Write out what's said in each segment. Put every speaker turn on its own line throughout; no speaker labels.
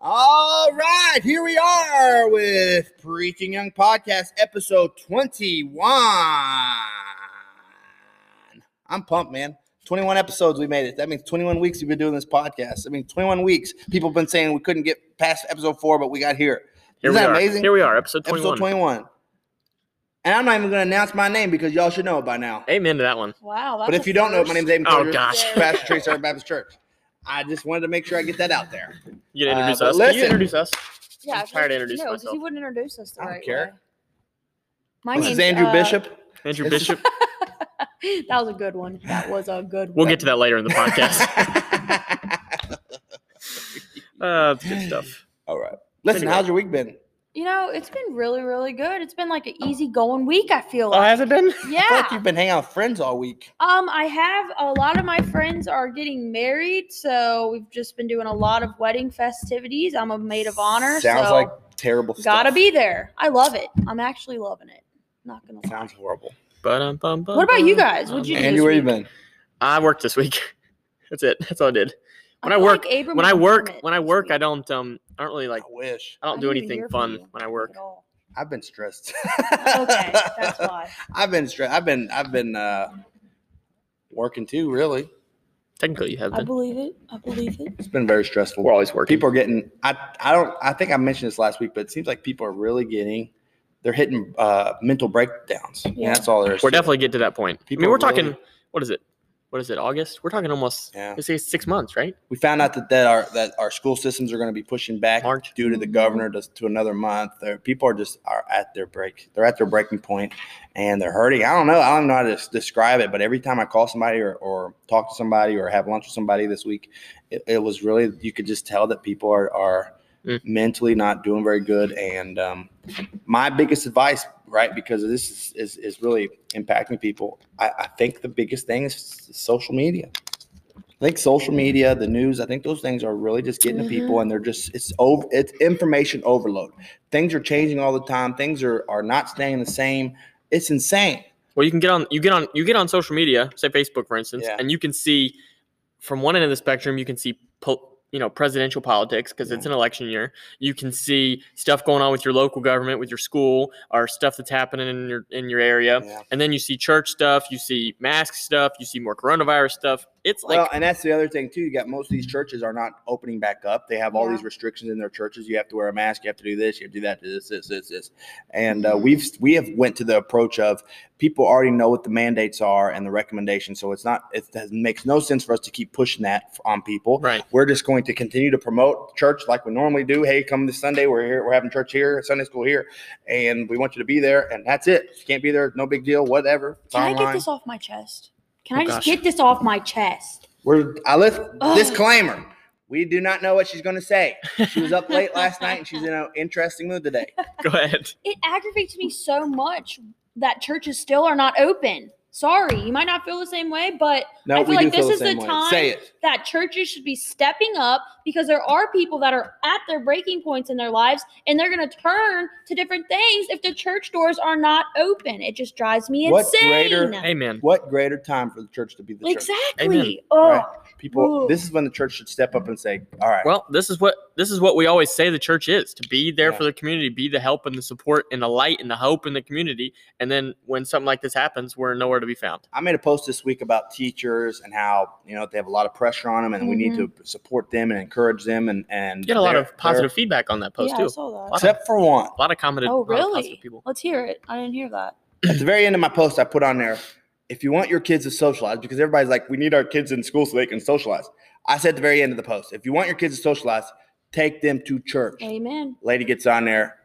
All right, here we are with Preaching Young Podcast, episode 21. I'm pumped, man. 21 episodes we made it. That means 21 weeks we've been doing this podcast. I mean, 21 weeks. People have been saying we couldn't get past episode four, but we got here.
Here
Isn't
we
that
are.
amazing?
Here we are, episode 21.
Episode 21. And I'm not even going to announce my name because y'all should know it by now.
Amen to that one.
Wow. That's
But if you do don't know, it, my name's Aiden
Oh,
Porter,
gosh.
Pastor Tree Sarah Baptist Church. I just wanted to make sure I get that out there.
You gonna
Uh,
introduce
but
us. Can you
listen.
introduce us?
yeah,
I'm tired to introduce
no, 'cause
myself.
he wouldn't introduce us the
I don't
right
care.
way. My
This
name's,
is Andrew
uh,
Bishop.
Andrew
This is-
Bishop.
that was a good one. That was a good
We'll
one.
get to that later in the podcast. uh, that's good stuff.
All right. Listen,
Anyway.
how's your week been?
You know, it's been really, really good. It's been like an easy going week. I feel
Oh,
like.
has it been?
I feel like
yeah.
you've been hanging out with friends all week.
Um, I have a lot of my friends are getting married, so we've just been doing a lot of wedding festivities. I'm a maid of honor,
Sounds
so
like terrible stuff.
gotta be there. I love it. I'm actually loving it. Not gonna lie.
Sounds horrible.
Ba-dum-bum-bum.
What about you guys? What'd you do?
Andrew,
this
where you
week?
been?
Oh, I worked this week. That's it. That's all I did. When I
feel
work-
like Abram
When I
would
work,
vomit
when I
this
work,
week.
I don't um, I don't really like,
I wish.
I don't do
didn't even
anything
hear from
fun
you
when I work.
at all.
I've been stressed.
Okay, that's why.
I've been stressed. I've been I've been uh working too, really.
Technically, you have
I
been.
believe it. I believe it.
It's been very stressful.
We're always working.
people are getting I I don't I think I mentioned this last week, but it seems like people are really getting they're hitting uh mental breakdowns. Yeah,
Yeah.
that's all there is.
We're
to it.
definitely get to that point. I
People
mean, we're
really-
talking. What is it? What is it? August? We're talking almost.
Yeah.
Let's say six months, right?
we found out that, that our that our school systems are going to be pushing back
March.
due to the governor to, to another month. There, people are just are at their break. They're at their breaking point, and they're hurting. I don't know. I don't know how to s- describe it, but every time I call somebody or, or talk to somebody or have lunch with somebody this week, it, it was really you could just tell that people are are
Mm.
mentally not doing very good. And um, my biggest advice, right, because this is is, is really impacting people. I, I think the biggest thing is s- social media. I think social media, the news, I think those things are really just getting to people and they're just it's over it's information overload. Things are changing all the time. Things are are not staying the same. It's insane.
Well, you can get on you get on you get on social media, say Facebook for instance,
Yeah.
and you can see from one end of the spectrum, you can see po- you know presidential politics because it's an election year. You can see stuff going on with your local government, with your school, or stuff that's happening in your in your area.
Yeah.
And then you see church stuff, you see mask stuff, you see more coronavirus stuff. It's like
well, and that's the other thing too. You got most of these churches are not opening back up. They have all
Yeah.
these restrictions in their churches. You have to wear a mask. You have to do this. You have to do that. Do this, this, this, this. And uh, we've we have went to the approach of people already know what the mandates are and the recommendations. So it's not it has, makes no sense for us to keep pushing that on people.
right.
We're just going to continue to promote church like we normally do. Hey, come this Sunday. We're here. We're having church here, Sunday school here, and we want you to be there. And that's it. If you can't be there, no big deal. Whatever. It's
Can I
online.
get this off my chest? Can
Oh,
I just
gosh.
get this off my chest?
We're I left
Ugh.
disclaimer. We do not know what she's going to say. She was up late last night and she's in an interesting mood today.
Go ahead.
It aggravates me so much that churches still are not open. Sorry, you might not feel the same way, but
No,
I feel
we
like
do feel
this
the
is
same
the
way.
time-
Say it.
that churches should be stepping up because there are people that are at their breaking points in their lives and they're going to turn to different things if the church doors are not open. It just drives me
What
insane.
greater-
Amen.
What greater time for the church to be the church?
Exactly.
Amen.
Oh,
Right. People,
Ooh.
this is when the church should step up and say, "All right,
Well, this is what this is what we always say the church is to be there
Yeah.
for the community, be the help and the support and the light and the hope in the community. And then when something like this happens, we're nowhere to be found.
I made a post this week about teachers and how you know they have a lot of pressure on them, and we need to support them and encourage them. And and
You get a lot
they're-
of positive feedback on that post
yeah, I
too.
saw
they're-
that.
except for one.
A lot of commented.
Oh,
a lot of positive
really?
People.
Let's hear it. I didn't hear that.
At the very end of my post, I put on there, if you want your kids to socialize, because everybody's like, we need our kids in school so they can socialize. I said at the very end of the post, if you want your kids to socialize, take them to church.
Amen.
Lady gets on there.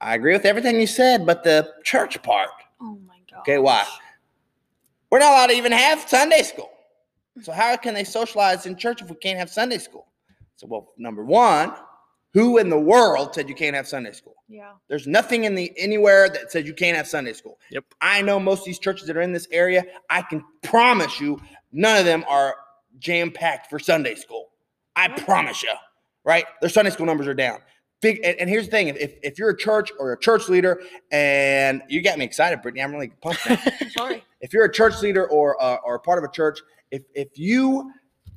I agree with everything you said, but the church part.
Oh my god.
Okay, why? We're not allowed to even have Sunday school. So how can they socialize in church if we can't have Sunday school? So well, number one, who in the world said you can't have Sunday school?
Yeah.
There's nothing in the anywhere that says you can't have Sunday school.
Yep.
I know most of these churches that are in this area. I can promise you, none of them are jam packed for Sunday school. I
Right.
promise you. right? Their Sunday school numbers are down. Big, and, and here's the thing: if, if you're a church or a church leader, and you got me excited, Brittany, I'm really pumped. now.
Sorry.
if you're a church leader or uh, or part of a church, if if you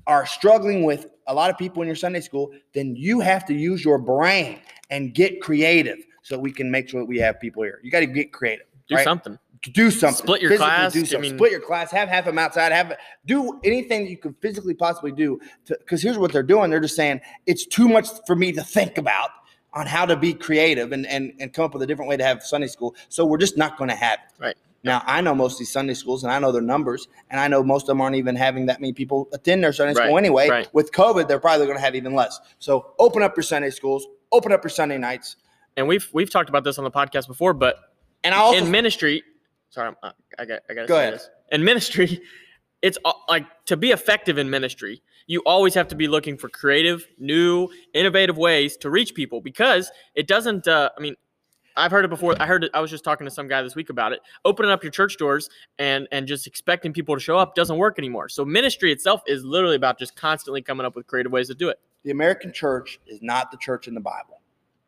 are struggling with a lot of people in your Sunday school, then you have to use your brain and get creative so we can make sure that we have people here. You got to get creative.
Do
right?
something.
Do something.
Split your
Physically
class,
Do
I
something.
mean-
Split your class. Have half them outside. Have do anything you can physically possibly do. Because here's what they're doing. They're just saying it's too much for me to think about on how to be creative and and, and come up with a different way to have Sunday school. So we're just not going to have it.
Right.
Now I know most of these Sunday schools and I know their numbers and I know most of them aren't even having that many people attend their Sunday
Right,
school anyway.
right.
With COVID, they're probably going to have even less. So open up your Sunday schools. Open up your Sunday nights.
And we've we've talked about this on the podcast before, but
And I also
in ministry, sorry, I'm, I- I got I got to
Go
say
ahead.
this. In ministry, it's all- like to be effective in ministry, you always have to be looking for creative, new, innovative ways to reach people because it doesn't. Uh, I mean, I've heard it before. I heard it. I was just talking to some guy this week about it. Opening up your church doors and and just expecting people to show up doesn't work anymore. So ministry itself is literally about just constantly coming up with creative ways to do it.
the American church is not the church in the Bible.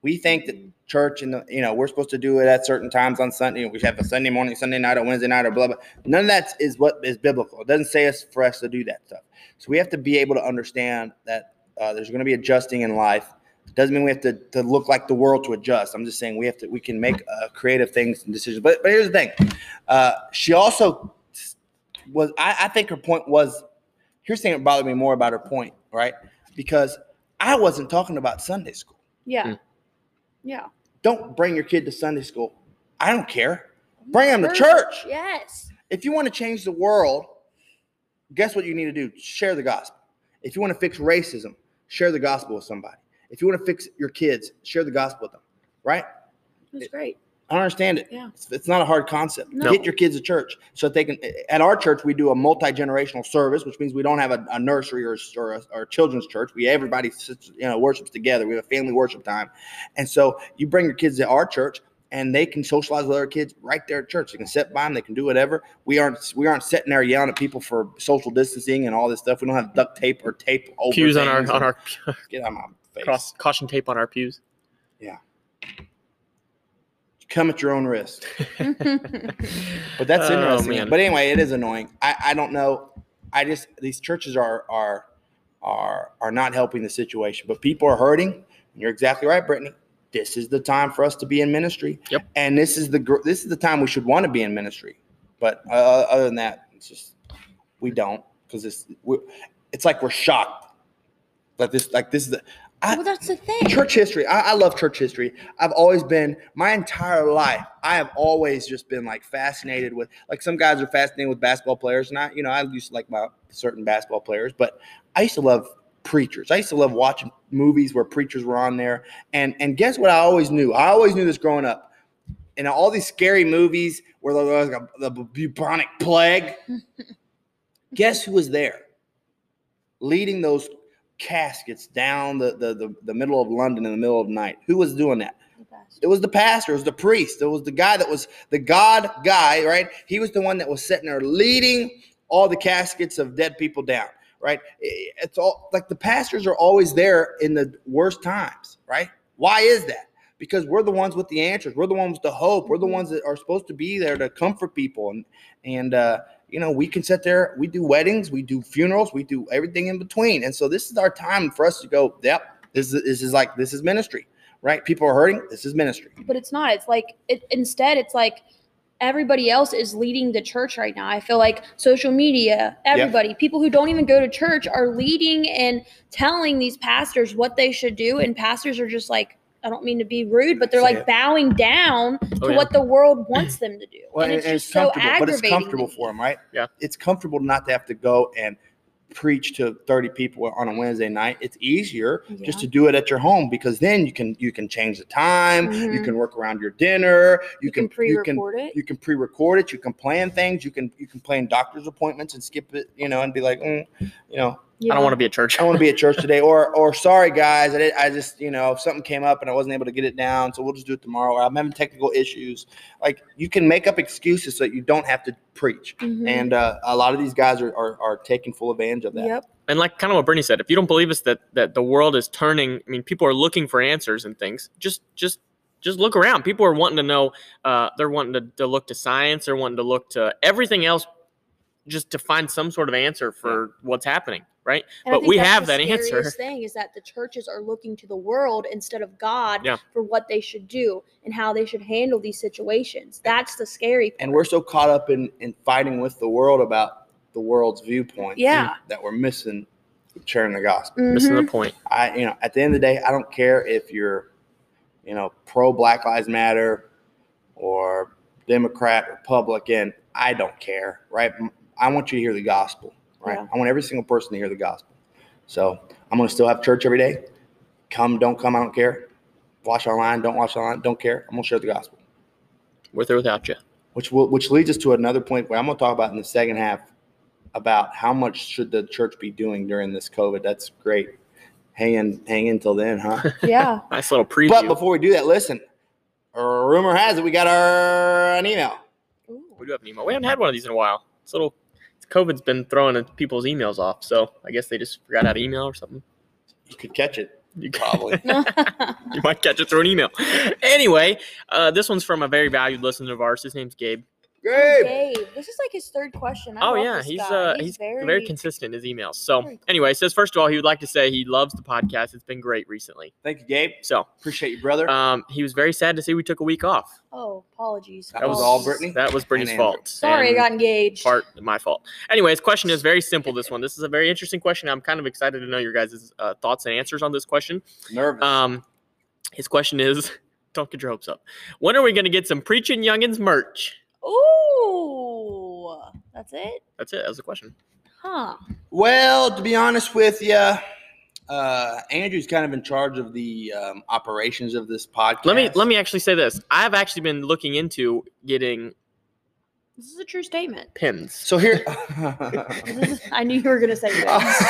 We think that church and the you know we're supposed to do it at certain times on Sunday. You know, we have a Sunday morning, Sunday night, or Wednesday night, or blah blah. None of that is what is biblical. It doesn't say us for us to do that stuff. So we have to be able to understand that uh, there's going to be adjusting in life. Doesn't mean we have to, to look like the world to adjust. I'm just saying we have to we can make uh, creative things and decisions. But but here's the thing, uh, she also was I, I think her point was here's the thing that bothered me more about her point right because I wasn't talking about Sunday school.
Yeah.
Mm.
Yeah.
Don't bring your kid to Sunday school. I don't care. Bring them to
First-
church.
Yes.
If you want to change the world, guess what you need to do? Share the gospel. If you want to fix racism, share the gospel with somebody. If you want to fix your kids, share the gospel with them. Right?
That's great.
I don't understand it.
Yeah.
It's, it's not a hard concept.
No.
Get your kids to church so that they can. At our church, we do a multi generational service, which means we don't have a, a nursery or a- or a, or a children's church. We everybody sits, you know worships together. We have a family worship time, and so you bring your kids to our church. And they can socialize with other kids right there at church. They can sit by them. They can do whatever. We aren't we aren't sitting there yelling at people for social distancing and all this stuff. We don't have duct tape or tape over
Pews on our
things.
on our
get out of my face.
cross, caution tape on our pews.
Come at your own risk. But that's
Oh,
interesting.
man.
But anyway, it is annoying. I, I don't know. I just these churches are are are are not helping the situation. But people are hurting. And you're exactly right, Brittany. This is the time for us to be in ministry.
Yep.
And this is the gr- this is the time we should want to be in ministry. But uh, other than that, it's just we don't because it's we're, it's like we're shocked. Like this, like this is the I-
well, that's the thing.
church history. I, I love church history. I've always been my entire life. I have always just been like fascinated with like some guys are fascinated with basketball players, and I you know I used to like my certain basketball players, but I used to love preachers. I used to love watching movies where preachers were on there, and and guess what? I always knew. I always knew this growing up. And all these scary movies where there was like a, the bubonic plague. guess who was there? Leading those caskets down the, the, the, the middle of London in the middle of the night. Who was doing that? It was the pastor, it was the priest, it was the guy that was the God guy, right? He was the one that was sitting there leading all the caskets of dead people down, right? I- It's all like the pastors are always there in the worst times, right? Why is that? Because we're the ones with the answers. We're the ones with the hope. We're the ones that are supposed to be there to comfort people. And and uh, you know, we can sit there, we do weddings, we do funerals, we do everything in between. And so this is our time for us to go, yep, this is this is like this is ministry, right? People are hurting, this is ministry.
but it's not. It's like it, instead, it's like everybody else is leading the church right now. I feel like social media, everybody, people who don't even go to church are leading and telling these pastors what they should do, and pastors are just like, I don't mean to be rude, but they're
Say
like
it.
bowing down to
Oh, yeah.
what the world wants them to do, and it's just so aggravating.
but it's
to
comfortable
me.
for them, right?
Yeah.
It's comfortable not to have to go and preach to 30 people on a Wednesday night. It's easier just to do it at your home because then you can you can change the time, you
Mhm.
can work around your dinner, you,
you can
you can
pre-record it.
you can pre-record it you can plan things you can you can plan doctor's appointments and skip it you know and be like mm, you know
I don't want to be at church.
I want to be at church today, or or sorry guys, I did, I just you know something came up and I wasn't able to get it down, so we'll just do it tomorrow. Or I'm having technical issues. Like you can make up excuses so that you don't have to preach.
Mhm.
And uh, a lot of these guys are, are are taking full advantage of that.
Yep.
and like kind of what Brittany said, if you don't believe us that that the world is turning, I mean, people are looking for answers and things. Just just just look around. People are wanting to know. Uh, they're wanting to, to look to science. They're wanting to look to everything else, just to find some sort of answer for what's happening. Right?
And I
But
think
we
that's
have
the
that answer.
scariest Thing is that the churches are looking to the world instead of God
Yeah.
for what they should do and how they should handle these situations. That's the scary.
And we're so caught up in in fighting with the world about the world's viewpoint.
Yeah.
That we're missing sharing the gospel.
Missing the
Mhm.
point.
I, you know, at the end of the day, I don't care if you're, you know, pro Black Lives Matter or Democrat, Republican. I don't care, right? M- I want you to hear the gospel, right?
Yeah.
I want every single person to hear the gospel. So I'm going to still have church every day. Come, don't come, I don't care. Watch online, don't watch online, don't care. I'm going to share the gospel,
With or without you.
which will, which leads us to another point where I'm going to talk about in the second half about how much should the church be doing during this COVID. That's great. Hang in, hang in till then, huh?
Mm-hmm. Yeah.
Nice little preview.
But before we do that, listen. Rumor has it we got our an email.
we do have an email. We haven't had one of these in a while. It's a little. COVID's been throwing people's emails off, so I guess they just forgot how to email or something.
You could catch it
You
probably.
you might catch it through an email. Anyway, uh, this one's from a very valued listener of ours. His name's Gabe.
Great.
Gabe, this is like his third question. I
oh
love
yeah,
this
he's
guy.
uh, he's, very, consistent in his emails. So
Very cool.
anyway, it says first of all, he would like to say he loves the podcast. It's been great recently.
Thank you, Gabe.
So
Appreciate you, brother.
um, he was very sad to see we took a week off.
Oh, apologies.
That was all
Apologies.
Brittany?
That was Brittany's
And Andrew.
fault.
Sorry, I
and
got engaged.
part my fault. Anyway, his question is very simple. This one. This is a very interesting question. I'm kind of excited to know your guys' uh, thoughts and answers on this question.
Nervous.
Um, his question is, don't get your hopes up. When are we going to get some preaching youngins merch?
Ooh, that's it,
That's it. That was the question.
huh?
well, to be honest with you, uh, Andrew's kind of in charge of the um, operations of this podcast.
Let me let me actually say this. I've actually been looking into getting
This is a true statement.
pins.
So here.
This is- I knew you were gonna say this.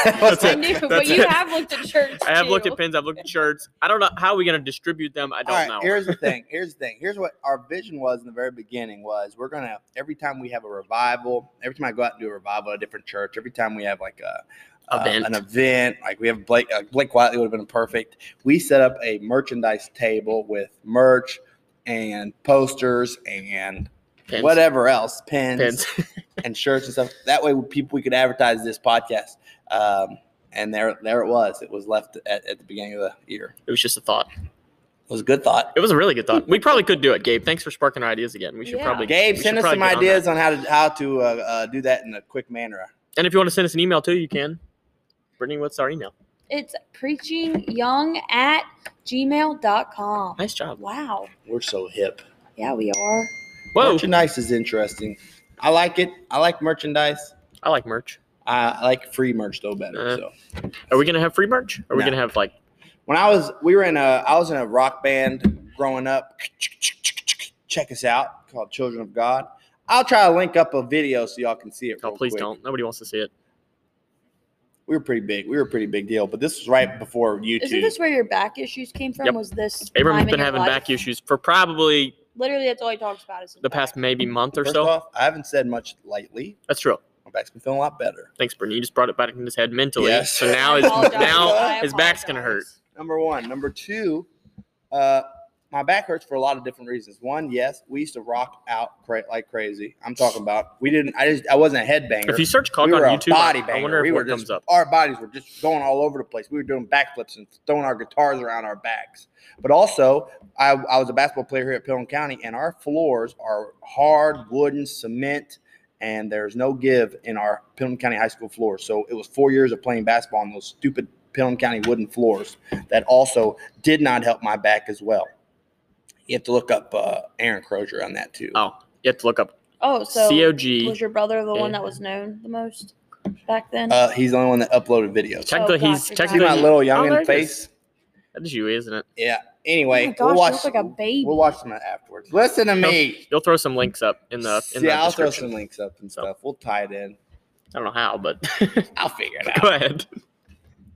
That's
I
it.
knew, but
That's
you
it.
have looked at church.
I have looked
too.
at pins. I've looked at shirts. I don't know how are we gonna distribute them. I don't
All right,
know.
here's the thing. Here's the thing. Here's what our vision was in the very beginning was we're gonna every time we have a revival, every time I go out and do a revival at a different church, every time we have like a uh,
Event.
an event, like we have Blake uh, Blake Wiley would have been perfect. We set up a merchandise table with merch and posters and
pins.
whatever else, pins,
Pins.
and shirts and stuff. That way, people we could advertise this podcast. Um, and there, there it was. It was left at, at the beginning of the year.
it was just a thought.
It was a good thought.
It was a really good thought. We probably could do it, Gabe. Thanks for sparking our ideas again. We should
Yeah.
probably
Gabe,
we should
send us some
probably get on that.
ideas on, how to how to uh, uh, do that in a quick manner.
And if you want to send us an email too, you can. Brittany, what's our email?
It's preachingyoung at gmail.com.
Nice job.
Wow.
We're so hip.
Yeah, we are.
Whoa,
Merchandise is interesting. I like it. I like merchandise.
I like merch.
I, I like free merch though better.
Uh.
so
Are we gonna have free merch? Are we
No.
gonna have like
when I was we were in a I was in a rock band growing up. Check us out called Children of God. I'll try to link up a video so y'all can see it.
oh
real
please
quick.
don't. Nobody wants to see it.
We were pretty big. We were a pretty big deal, but this was right before YouTube.
Isn't this where your back issues came from?
Yep.
Was this
Abram's
time in
been
your
having
life?
back issues for probably
Literally, that's all he talks about is his
the
back.
past maybe month or
First
so.
off, I haven't said much lately.
That's true.
My back's been feeling a lot better.
Thanks, Brittany. You just brought it back in his head mentally.
Yes.
So now
I
his
apologize.
now
I
his back's gonna hurt.
apologize.
Number one. Number two, uh, my back hurts for a lot of different reasons. One, yes, we used to rock out cra- like crazy. I'm talking about we didn't. I just I wasn't a headbanger.
If you search cock
we
on
were a
YouTube,
body
I
banger.
wonder if
we were
what
just,
comes up.
Our bodies were just going all over the place. We were doing backflips and throwing our guitars around our backs. But also, I, I was a basketball player here at Pelham County, and our floors are hard wooden cement, and there's no give in our Pelham County high school floors. So it was four years of playing basketball on those stupid Pelham County wooden floors that also did not help my back as well. You have to look up uh, Aaron Crozier on that too.
Oh, you have to look up
Oh, so
C O
was
G.
your brother the one
Yeah.
that was known the most back then?
Uh, he's the only one that uploaded videos.
Check
Oh,
the
God,
he's
you're
check
See
the
talking
my
about-
little
Oh,
young
there it
in
is.
face.
That is you, isn't it?
Yeah.
oh my
Anyway,
gosh,
we'll
you
watch.
look like a baby.
We'll watch some afterwards. Listen to me.
You'll throw some links up in the in
yeah,
the
I'll throw
description.
some links up and
So.
stuff. We'll tie it in.
I don't know how, but
I'll figure it out.
go ahead.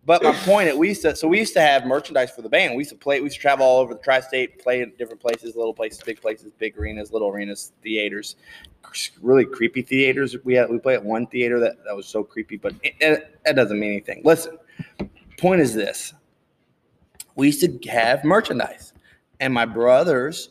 But my point, we used to, so we used to have merchandise for the band. We used to play, we used to travel all over the tri-state, play in different places, little places, big places, big arenas, little arenas, theaters, really creepy theaters. We had, we played at one theater that, that was so creepy, but it, it- that doesn't mean anything. Listen, point is this. We used to have merchandise and my brothers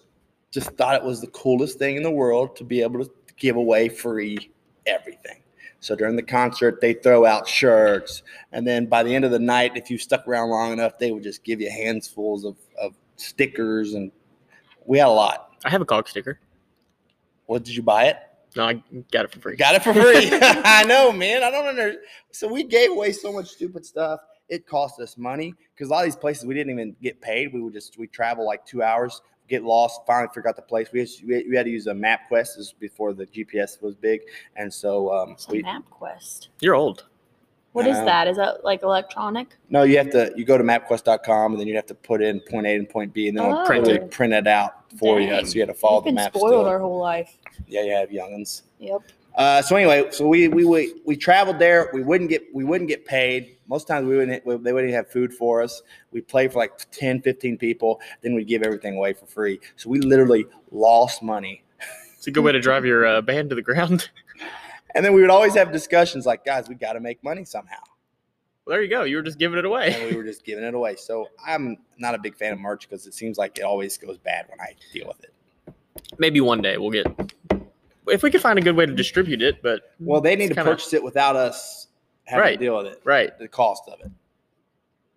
just thought it was the coolest thing in the world to be able to give away free everything. So during the concert, they throw out shirts, and then by the end of the night, if you stuck around long enough, they would just give you handfuls of, of stickers. And we had a lot.
I have a cog sticker.
What did you buy it?
No, I got it for free.
Got it for free. I know, man. I don't understand. So we gave away so much stupid stuff. It cost us money because a lot of these places we didn't even get paid. We would just we travel like two hours, get lost, finally forgot the place. We had, we we had to use a map quest this was before the GPS was big, and so um,
It's
we,
MapQuest.
You're old.
What is
Uh,
that? Is that like electronic?
No, you have to. You go to MapQuest.com and then you have to put in point A and point B, and then it'll
Oh.
literally print it out for
Dang.
you. So you had to follow
We've
the
been
map.
spoiled
still.
our whole life.
yeah, you have younguns.
Yep.
Uh, so anyway, so we, we we we traveled there. We wouldn't get we wouldn't get paid. Most times we wouldn't. we- They wouldn't have food for us. We played for like 10, 15 people. Then we'd give everything away for free. So we literally lost money.
It's a good way to drive your uh, band to the ground.
And then we would always have discussions like, guys, we got to make money somehow.
Well, there you go. You were just giving it away.
And we were just giving it away. So I'm not a big fan of merch because it seems like it always goes bad when I deal with it.
Maybe one day we'll get. If we could find a good way to distribute it, but
Well, they need
Mm, It's
to
kinda-
purchase it without us having
Right.
to deal with it,
right.
the cost of it.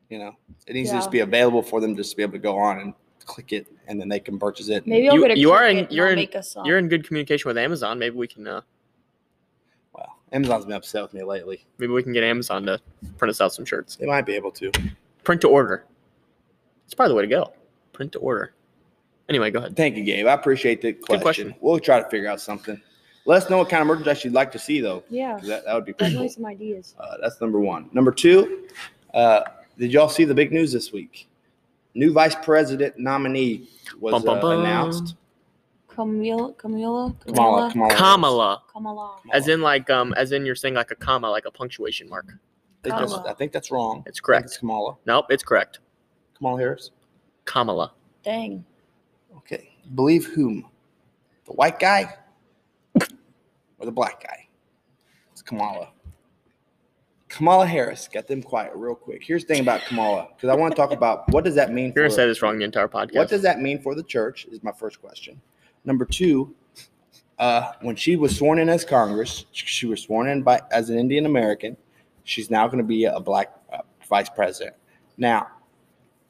You know, it needs to
Yeah.
just be available for them just to be able to go on and click it, and then they can purchase it.
Maybe
You-
I'll get a
you are
Cricut
in-
and
you're
I'll
in-
make us some.
You're in good communication with Amazon. Maybe we can. Uh,
Wow, Amazon's been upset with me lately.
maybe we can get Amazon to print us out some shirts.
They might be able to.
Print to order. It's probably the way to go. Print to order. Anyway, go ahead.
Thank you, Gabe. I appreciate the question.
question.
We'll try to figure out something. Let us know what kind of merchandise you'd like to see, though.
yeah.
'cause That, that would be pretty
Definitely
cool.
some ideas.
Uh, that's number one. Number two, uh, did y'all see the big news this week? New vice president nominee was
Bum, bum,
uh,
bum.
announced.
Camila, Camila,
Kamala,
Camila,
Kamala. Harris.
Kamala,
Kamala.
as in like um, as in you're saying like a comma, like a punctuation mark.
They just-
Kamala.
I think that's wrong. I
It's
think It's
correct.
Kamala.
Nope, it's correct.
Kamala Harris.
Kamala.
Dang.
Okay. Believe whom? The white guy or the black guy? It's Kamala. Kamala Harris. Got them quiet real quick. Here's the thing about Kamala, because I want to talk about what does that mean
You're
for
gonna say this wrong the entire podcast.
what does that mean for the church? Is my first question. Number two, uh, when she was sworn in as Congress, she was sworn in by as an Indian American. She's now going to be a black uh, vice president. Now,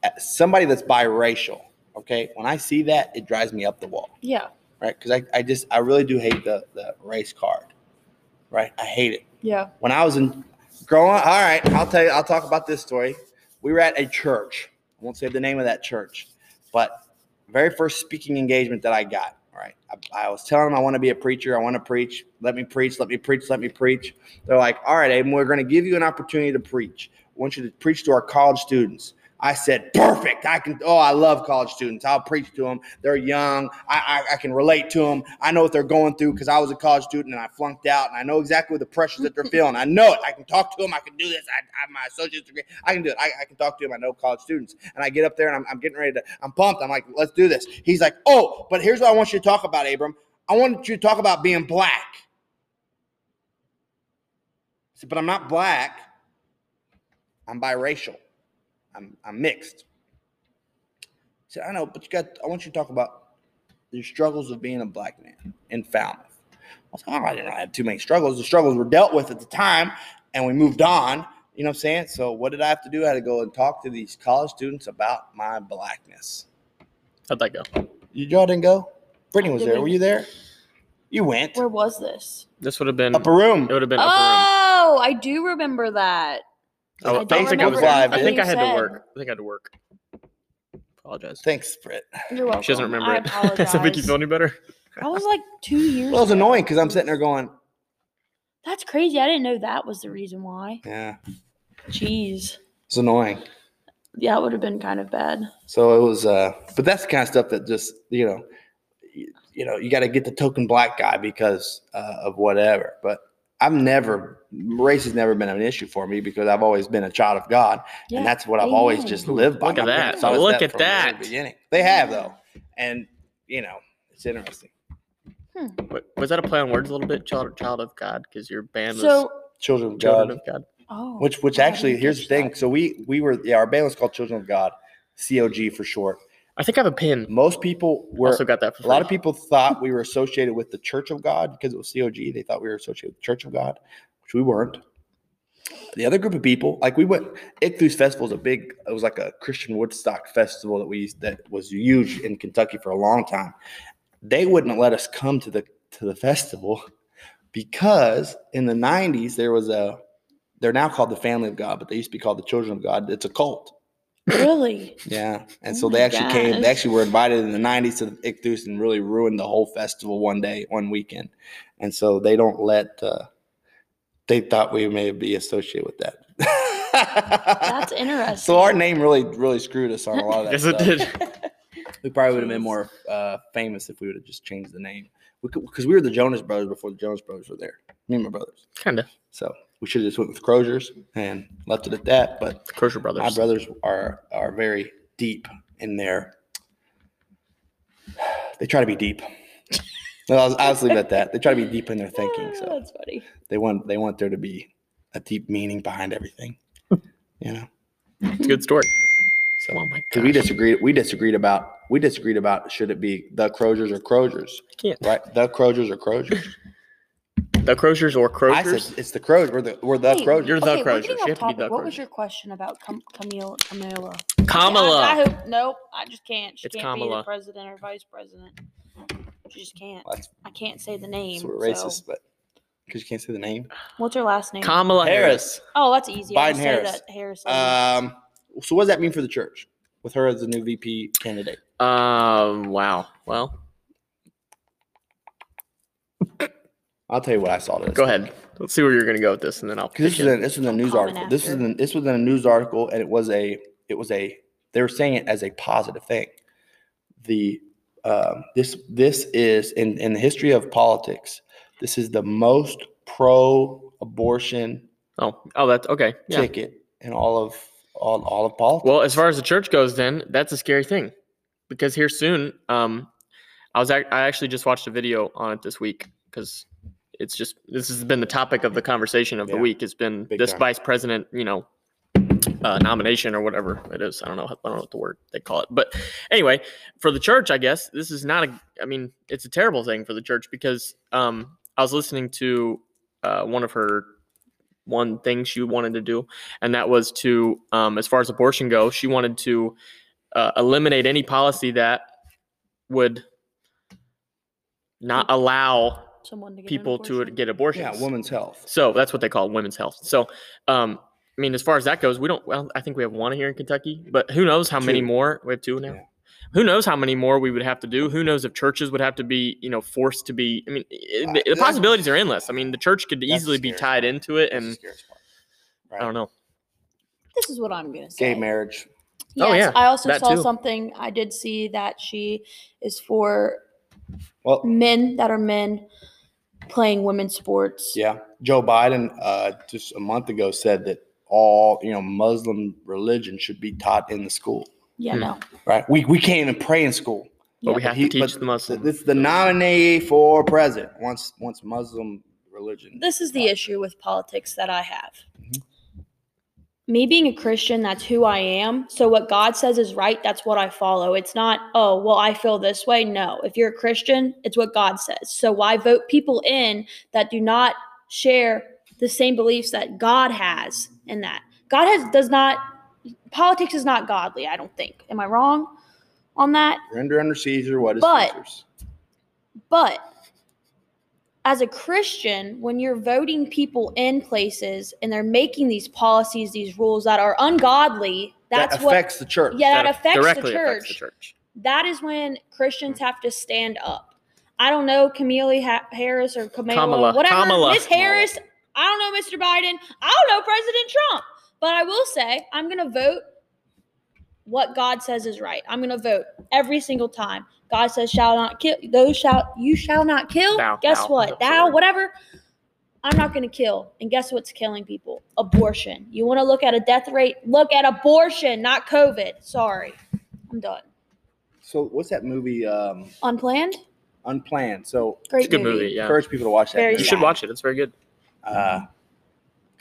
uh, somebody that's biracial, okay, when I see that, it drives me up the wall,
Yeah.
right? Because I, I just, I really do hate the, the race card, right? I hate it.
Yeah.
When I was in growing up, all right, I'll tell you, I'll talk about this story. We were at a church. I won't say the name of that church, but very first speaking engagement that I got. All right, I, I was telling them I want to be a preacher. I want to preach. Let me preach. Let me preach. Let me preach. They're like, all right, Aiden, we're going to give you an opportunity to preach. I want you to preach to our college students. I said, perfect. I can. Oh, I love college students. I'll preach to them. They're young. I, I, I can relate to them. I know what they're going through because I was a college student and I flunked out, and I know exactly the pressures that they're feeling. I know it. I can talk to them. I can do this. I, I have my associate's degree. I can do it. I, I can talk to them. I know college students. And I get up there and I'm, I'm getting ready to. I'm pumped. I'm like, let's do this. He's like, oh, but here's what I want you to talk about, Abram. I want you to talk about being black. I said, but I'm not black. I'm biracial. I'm I'm mixed. I said, I know, but you got I want you to talk about the struggles of being a black man in Falmouth. I was like, oh, I didn't have too many struggles. The struggles were dealt with at the time and we moved on. You know what I'm saying? So what did I have to do? I had to go and talk to these college students about my blackness.
How'd that go?
You y'all didn't go? Brittany
I
was there.
didn't.
Were you there? You went.
Where was this?
This would have been.
Upper room.
It would have been upper
Oh, I do remember that.
Oh,
room.
I don't
think I was.
remember
there. I
everything
think I
you
had
said.
to work. I think I had to work. Apologize.
Thanks, Britt.
You're welcome.
She doesn't remember
I
it.
apologize.
Does that make you feel any better?
I was like two years.
Well, it was
ago.
annoying because I'm sitting there going,
That's crazy. I didn't know that was the reason why.
Yeah,
Jeez.
it's annoying.
Yeah, it would have been kind of bad.
So it was, uh, but that's the kind of stuff that just you know, you, you know, you got to get the token black guy because uh, of whatever. But I've never race has never been an issue for me because I've always been a child of God,
Yeah.
and that's what I've always
Amen.
just lived by.
Look at
My parents
that.
always
Look at
from the very
that.
beginning. They have though, and you know it's interesting.
Wa- Was that a play on words a little bit? Child, child of God, because your band was
So,
Children of
Children
God,
of God.
oh,
which which
I didn't
actually here's the
catch
thing.
that.
So we we were yeah our band was called Children of God, COG for short.
I think I have a pin.
Most people were
also got that. For
A lot of
free.
people thought we were associated with the Church of God because it was COG. They thought we were associated with the Church of God, which we weren't. The other group of people, like we went, Ichthus Festival is a big, it was like a Christian Woodstock festival that we used, that was huge in Kentucky for a long time. They wouldn't let us come to the to the festival because in the 90s there was a they're now called the family of God, but they used to be called the children of God. It's a cult.
Really?
Yeah. And
Oh
so they
my
actually came, they
gosh.
actually were invited in the 90s to the Ichthus and really ruined the whole festival one day, one weekend. And so they don't let, uh, they thought we may be associated with that.
That's interesting.
so our name really, really screwed us on a lot of that.
Yes, it
stuff.
did.
We probably would have been more uh, famous if we would have just changed the name. Because we, could- 'cause we were the Jonas Brothers before the Jonas Brothers were there, me and my brothers.
kind of.
So we should have just went with Croziers and left it at that. But
Kosher Brothers.
my brothers are are very deep in their. They try to be deep. No, I'll, I'll just leave it at that. They try to be deep in their thinking,
Oh,
so
That's funny.
they want they want there to be a deep meaning behind everything. You know,
It's a good story.
so
Oh my
'cause
god.
we disagreed. We disagreed about we disagreed about should it be the Croziers or Croziers,
can't.
right? The Croziers or Croziers.
The Croziers or
I
Croziers.
said it's the Croziers. We're the we're the
Hey,
Croziers.
You're the
we're
Croziers.
getting
You have
off
to be the
topic. What was
Croziers.
your question about Cam- Camille Camilla? I, I
Kamala.
hope, nope, I just can't. She
It's
can't be
Kamala.
the president or vice president. She just can't.
That's,
I can't say the name.
that's what we're
so-
racist, but because you can't say the name.
What's her last name?
Kamala Harris.
oh, that's easy.
Biden
I just
Harris.
Say that Harris.
Oh,
Um, so what does that mean for the church with her as the new VP candidate?
Um. Wow. Well,
I'll tell you what I saw this.
go ahead. Let's see where you're gonna go with this, and then I'll.
Because this
pitch
is
in.
a, this is a news
comment
article. This is
after.
an, this was in a news article, and it was a it was a they were saying it as a positive thing. The um, this this is in in the history of politics. This is the most pro abortion
Oh. Oh, that's okay. Yeah.
ticket in all of all, all of politics.
Well, as far as the church goes, then that's a scary thing, because here soon, um, I was ac- I actually just watched a video on it this week because it's just this has been the topic of the conversation of
Yeah.
the week. It's been
Big
this
time.
vice president, you know, uh, nomination or whatever it is. I don't know. I don't know what the word they call it, but anyway, for the church, I guess this is not a. I mean, it's a terrible thing for the church because um, I was listening to uh, one of her one thing she wanted to do, and that was to, um, as far as abortion goes, she wanted to uh, eliminate any policy that would not allow
someone to get an
people to
abortion.
get abortions.
yeah, women's health.
So that's what they call women's health. So, um, I mean, as far as that goes, we don't. Well, I think we have one here in Kentucky, but who knows how many
Two.
more? We have two now.
Yeah.
Who knows how many more we would have to do? Who knows if churches would have to be, you know, forced to be? I mean, it-
Uh,
the- the
that's-
possibilities are endless. I mean, the church could
That's
easily be
scary.
tied into it,
That's the
and
scariest part.
I don't know.
This is what I'm gonna say.
Gay marriage.
Yes,
Oh, yeah,
I also
that
saw
too.
something. I did see that she is for
Well,
men that are men playing women's sports.
Yeah. Joe Biden uh, just a month ago said that all, you know, Muslim religion should be taught in the school,
Yeah,
Hmm.
no.
right? We, we can't even pray in school.
But we
Yeah,
have
he-
to
but
teach the Muslims.
This the nominee for president once once Muslim religion.
This is the issue with politics that I have.
Mhm.
Me being a Christian, that's who I am. So what God says is right, that's what I follow. It's not, oh, well, I feel this way. No. If you're a Christian, it's what God says. So why vote people in that do not share the same beliefs that God has in that? God has does not politics is not godly, I don't think. Am I wrong on that?
Render under Caesar what is
But-
Caesar's.
But as a Christian, when you're voting people in places and they're making these policies, these rules that are ungodly, that's
that
what
affects the church.
yeah, that affects the
directly affects the
church.
church.
that is when Christians
Mm.
have to stand up. I don't know Camille ha- Harris or Kamala,
Kamala.
whatever
Kamala.
Miss Harris. I don't know Mr. Biden. I don't know President Trump. But I will say I'm going to vote what God says is right. I'm going to vote every single time. God says, "Shall not kill." Those shall you shall not kill.
Thou,
Guess
thou,
what?
that's the
Thou,
word.
whatever. I'm not going to kill. And guess what's killing people? Abortion. You want to look at a death rate? Look at abortion, not COVID. Sorry. I'm done.
So what's that movie? Um,
Unplanned?
Unplanned. So
Great
It's a good movie. Yeah,
encourage people to watch that.
Very
you should watch it. It's very good.
Because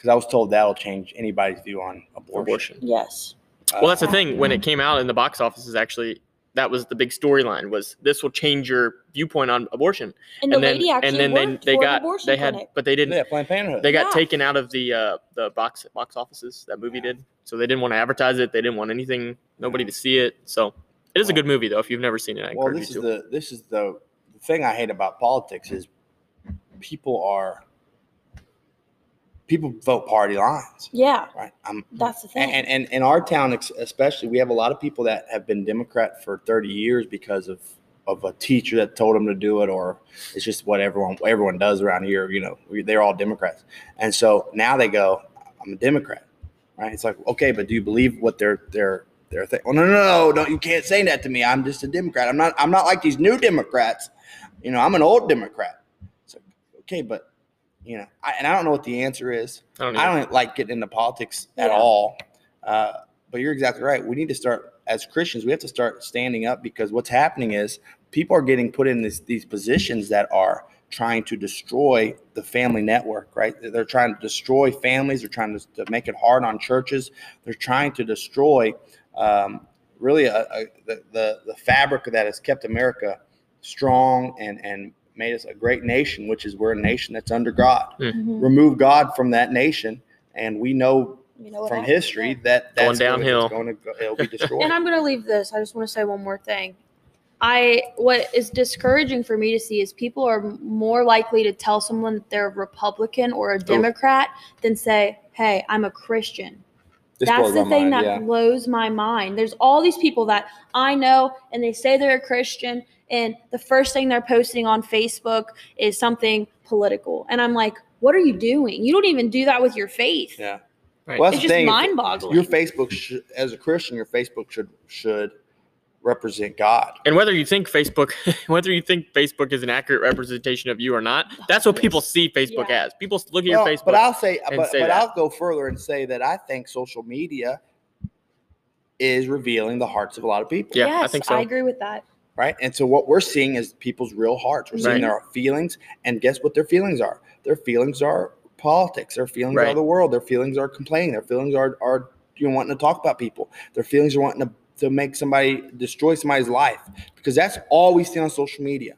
I was told that'll change anybody's view on abortion.
Abortion.
Yes.
Uh,
Well, that's the thing. When it came out in the box offices, actually, that was the big storyline. Was this will change your viewpoint on abortion?
And, the
then,
lady actually
and then they,
worked
they
for an
got
abortion
they had,
clinic.
but they didn't.
yeah, Planned Parenthood.
They got
Yeah.
taken out of the uh, the box box offices that movie
Yeah.
did, so they didn't want to advertise it. They didn't want anything, nobody to see it. So it is a
Well-
good movie though. If you've never seen it, I
well,
encourage
this is
you to.
the this is the, the thing I hate about politics is people are people vote party lines,
Yeah,
right? I'm
that's the thing.
and and in our town ex- especially, we have a lot of people that have been Democrat for thirty years because of of a teacher that told them to do it, or it's just what everyone everyone does around here. You know, we, they're all Democrats, and so now they go, "I'm a Democrat," right? It's like, okay, but do you believe what they're they're they're thing? Oh no, no, no, don't you can't say that to me. I'm just a Democrat. I'm not I'm not like these new Democrats. You know, I'm an old Democrat. It's like, okay, but you know, I, and I don't know what the answer is.
I don't know.
I don't like getting into politics at
Yeah.
all. Uh, but you're exactly right. We need to start as Christians. We have to start standing up because what's happening is people are getting put in this, these positions that are trying to destroy the family network. Right? They're- They're trying to destroy families. They're trying to, to make it hard on churches. They're trying to destroy um, really a, a, the, the the fabric that has kept America strong and and made us a great nation, which is we're a nation that's under God
Mhm.
remove God from that nation, and we know
You know what
from
happened?
history that
Going
that's gonna-
downhill.
it's Going to go, it'll be destroyed.
And I'm going to leave this. I just want to say one more thing. I what is discouraging for me to see is people are more likely to tell someone that they're a Republican or a Democrat than say, "Hey, I'm a Christian."
This
That's
blows
the
my
thing
mind,
that blows my mind. There's all these people that I know and they say they're a Christian and the first thing they're posting on Facebook is something political. And I'm like, "What are you doing? You don't even do that with your faith."
Yeah.
Right.
Well,
It's
that's the
just
thing.
mind-boggling.
Your Facebook, should, as a Christian, your Facebook should should represent God.
and whether you think Facebook, whether you think Facebook is an accurate representation of you or not, that's what people see Facebook
Oh, Yeah.
as. People look at
Well,
your Facebook.
but I'll say, but,
say
but
that.
I'll go further and say that I think social media is revealing the hearts of a lot of people.
Yeah, I
yes,
think so.
I agree with that.
right? And so what we're seeing is people's real hearts. We're
Right.
seeing their feelings, and guess what their feelings are? Their feelings are politics. Their feelings
Right.
are the world. Their feelings are complaining. Their feelings are are you know, wanting to talk about people. Their feelings are wanting to to make somebody destroy somebody's life because that's all we see on social media.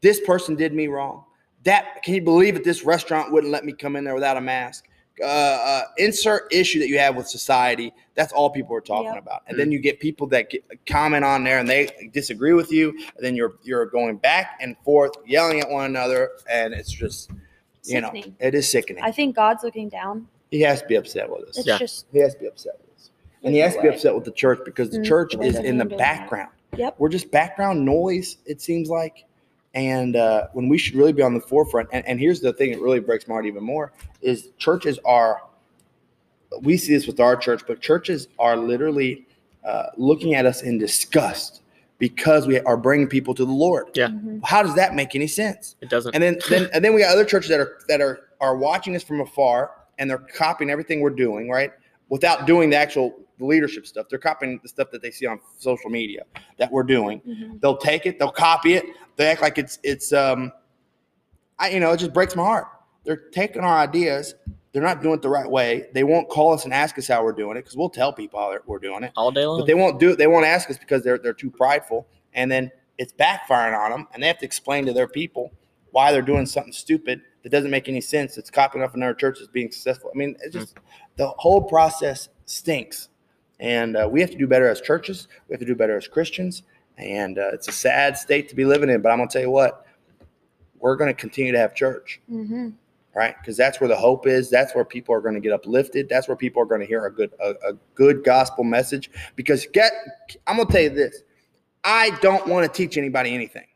This person did me wrong. That can you believe it? This restaurant wouldn't let me come in there without a mask. Uh, uh, insert issue that you have with society. That's all people are talking
Yep.
about. And then you get people that get, comment on there and they disagree with you. And then you're you're going back and forth, yelling at one another, and it's just you
Sickening.
know it is sickening.
I think God's looking down.
he has to be upset with us.
It's
Yeah.
just
He has to be upset with us. And he has to be
Right.
upset with the church because the
Mm,
church
the way
is
they're
in the
handling it.
background.
Yep.
We're just background noise, it seems like. And uh, when we should really be on the forefront. And, and here's the thing that really breaks my heart even more is churches are, we see this with our church, but churches are literally uh, looking at us in disgust because we are bringing people to the Lord.
Yeah.
Mhm.
How does that make any sense?
it doesn't.
And then, then and then we got other churches that are that are are watching us from afar and they're copying everything we're doing, right? Without doing the actual leadership stuff. They're copying the stuff that they see on social media that we're doing.
Mhm.
They'll take it, they'll copy it, they act like it's it's um I you know, it just breaks my heart. They're taking our ideas, they're not doing it the right way. They won't call us and ask us how we're doing it because we'll tell people how we're doing it
all day
but
long.
they won't do it. They won't ask us because they're they're too prideful, and then it's backfiring on them, and they have to explain to their people why they're doing something stupid that doesn't make any sense. It's copying off another church that's being successful. I mean, it's just the whole process stinks, and uh, we have to do better as churches. We have to do better as Christians, and uh, it's a sad state to be living in. But I'm gonna tell you what, we're gonna continue to have church
Mhm.
right? Because that's where the hope is. That's where people are going to get uplifted. That's where people are going to hear a good a, a good gospel message. Because get, I'm going to tell you this: I don't want to teach anybody anything.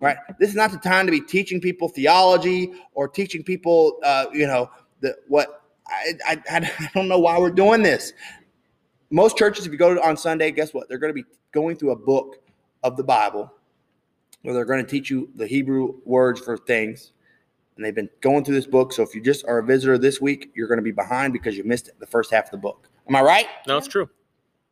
Right? This is not the time to be teaching people theology or teaching people, uh, you know, the what. I, I, I don't know why we're doing this. Most churches, if you go to on Sunday, guess what? They're going to be going through a book of the Bible where they're going to teach you the Hebrew words for things and and they've been going through this book. So if you just are a visitor this week, you're going to be behind because you missed the first half of the book. Am I right?
No, it's true.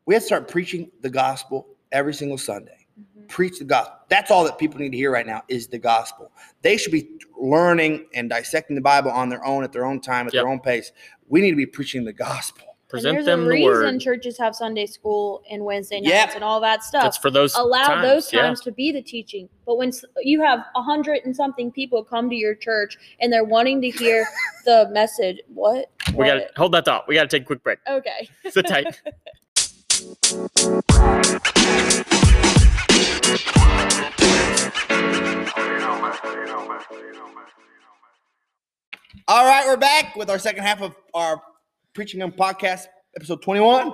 We have to start preaching the gospel every single Sunday. Preach the gospel. That's all that people need to hear right now is the gospel. They should be learning and dissecting the Bible on their own at their own time, at
Yep.
their own pace. We need to be preaching the gospel.
and
Present
there's
them
a
the
reason
word.
churches have Sunday school and Wednesday nights
Yeah.
and all that stuff.
It's for those
allow
times.
those
yeah.
times to be the teaching. But when s- you have a hundred and something people come to your church and they're wanting to hear the message, what?
We got to
What?
hold that thought. We got to take a quick break.
Okay.
Sit tight.
All right, we're back with our second half of our Preaching on Podcast, episode 21.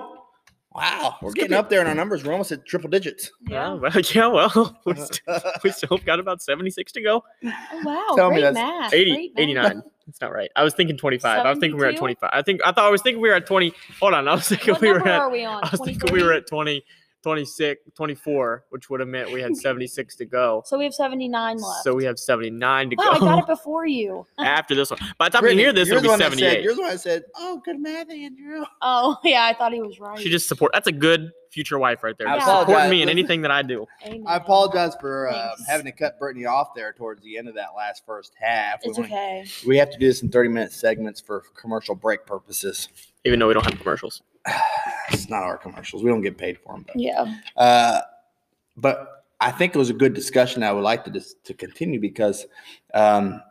Wow, we're getting up there in our numbers. We're almost at triple digits.
Yeah, well, yeah, well we,
Uh-huh.
still, we still got about 76 to go.
Oh, wow.
Tell me
great
that's
math.
80,
great math.
89. That's not right. I was thinking 25. I was thinking we were at
72?
25. I think I thought I was thinking we were at 20. Hold on. I was thinking
What
we were
number
at
are we on?
I was thinking we
23?
were at 20, 26, 24, which would have meant we had 76 to go.
So we have 79 left.
So we have 79 to
wow, I
go
got it before you.
after this one. By the time
Brittany,
you hear this,
you're
it'll
the
be
one that said-
78.
You're the one that said, "Oh, good math, Andrew."
Oh, yeah, I thought he was right.
She just support. That's a good future wife right there.
I
Just supporting
apologize.
me in
Listen.
anything that I do.
Amen.
I apologize for uh,
Thanks.
having to cut Brittany off there towards the end of that last first half. We,
It's
wanna-
okay.
we have to do this in 30 minute segments for commercial break purposes.
Even though we don't have commercials.
It's not our commercials; we don't get paid for them. But,
Yeah.
uh, but I think it was a good discussion. I would like to just to continue because um,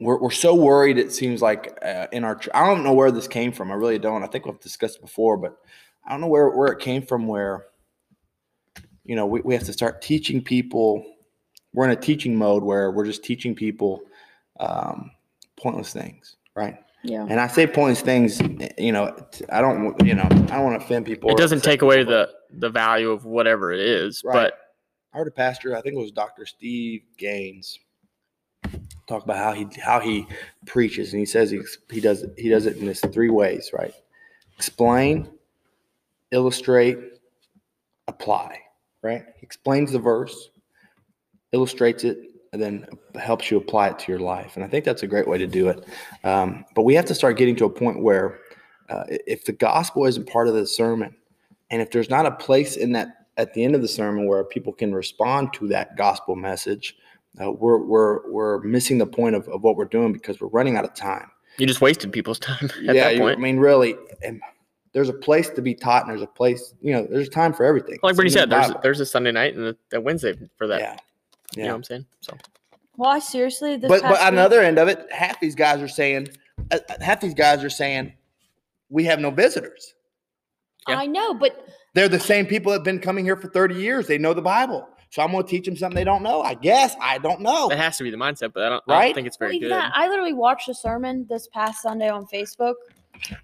we're we're so worried. It seems like uh, in our ch- I don't know where this came from. I really don't. I think we've discussed it before, but I don't know where where it came from. Where you know we, we have to start teaching people. We're in a teaching mode where we're just teaching people um, pointless things, right?
Yeah.
And I say pointless things, you know. t- I don't, you know, I don't want to offend people.
It
or
doesn't
upset
take away
people, but-
the the value of whatever it is.
Right.
But
I heard a pastor, I think it was Dr. Steve Gaines, talk about how he how he preaches, and he says he, he does it- he does it in this three ways, right? Explain, illustrate, apply, right? He explains the verse, illustrates it, and then helps you apply it to your life. And I think that's a great way to do it. Um, but we have to start getting to a point where uh, i- if the gospel isn't part of the sermon, and if there's not a place in that at the end of the sermon where people can respond to that gospel message, uh, we're we're we're missing the point of, of what we're doing because we're running out of time.
you just wasted people's time at that
you-
point.
I mean, really, and there's a place to be taught, and there's a place, you know, there's time for everything.
like
It's
Brittany
in the
said, there's
Bible.
there's a Sunday night and a, a Wednesday for that.
yeah,
You know
yeah.
what I'm saying? So
Well, I seriously, this
but but
past
on the
week-
other end of it, half these guys are saying, uh, uh, half these guys are saying, we have no visitors.
Yeah.
I know, but
They're the same people that have been coming here for 30 years. They know the Bible. So I'm going to teach them something they don't know. I guess I don't know.
that has to be the mindset, but I don't, I don't
Right?
think it's
Well,
very
even
good.
that, I literally watched a sermon this past Sunday on Facebook,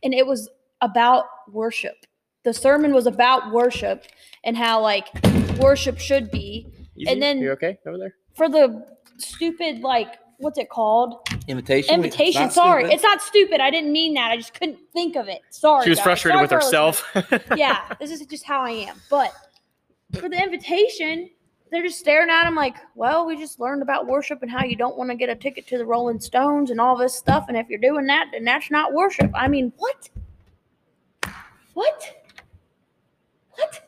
and it was about worship. The sermon was about worship and how like worship should be.
Easy?
then-
you okay over there?
For the stupid like what's it called?
Invitation. it's
Invitation.
not
sorry,
stupid.
it's not stupid. I didn't mean that. I just couldn't think of it. Sorry.
She was
guys.
frustrated
Sorry
with
for our listeners.
herself.
yeah, this is just how I am. But for the invitation, they're just staring at him like, well, we just learned about worship and how you don't want to get a ticket to the Rolling Stones and all this stuff. And if you're doing that, then that's not worship. I mean, what? What? What?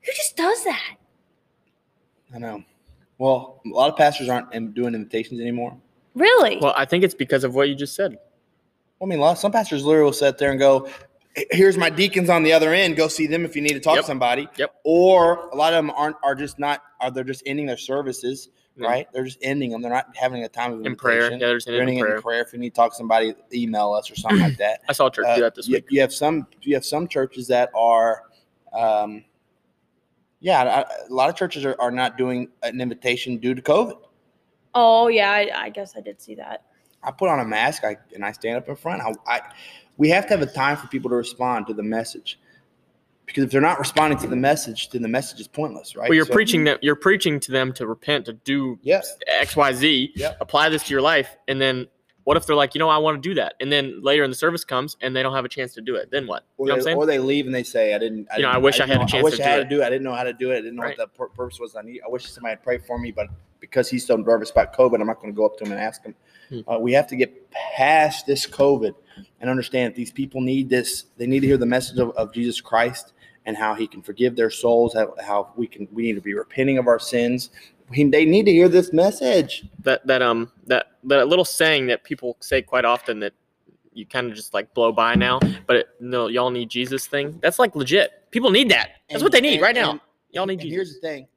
Who just does that?
I know. Well, a lot of pastors aren't in- doing invitations anymore.
Really?
well, I think it's because of what you just said.
I mean, a lot- some pastors literally will sit there and go, "H- "Here's my deacons on the other end. Go see them if you need to talk
Yep.
to somebody."
Yep.
Or a lot of them aren't are just not are they're just ending their services,
Yeah.
right? They're just ending them. They're not having a time of
Mm-hmm. In prayer. Yeah,
invitation.
there's an
They're
in
ending it
prayer.
in prayer. If you need to talk to somebody, email us or something like that.
I saw a church do
Uh,
that this
you,
week.
you have some you have some churches that are um, yeah, I- a lot of churches are, are not doing an invitation due to COVID.
oh, yeah, I, I guess I did see that.
I put on a mask I, and I stand up in front. I, I, we have to have a time for people to respond to the message because if they're not responding to the message, then the message is pointless, right?
Well, you're
So-
preaching that you're preaching to them to repent, to do
Yes.
X, Y, Z,
Yep.
apply this to your life, and then what if they're like, you know, I want to do that, and then later in the service comes and they don't have a chance to do it? Then what?
Or
you
they,
know what I'm saying?
or they leave and they say, "I didn't." I
You know,
didn't-
I wish I
didn't
had a
know-
chance
I wish
to
I
do
had
it."
to do it. I didn't know how to do it. I didn't know
Right.
what the pur- purpose was. I need. I wish somebody had prayed for me, but because he's so nervous about COVID, I'm not going to go up to him and ask him.
Hmm.
Uh, we have to get past this COVID and understand that these people need this. They need to hear the message of, of Jesus Christ and how He can forgive their souls. How, how we can we need to be repenting of our sins. He, they need to hear this message.
that that um that that little saying that people say quite often that you kind of just like blow by now, but it, no, y'all need Jesus thing. That's like legit. People need that. That's
And-
what they need
and-
right now.
and-
y'all need
and
Jesus.
here's the thing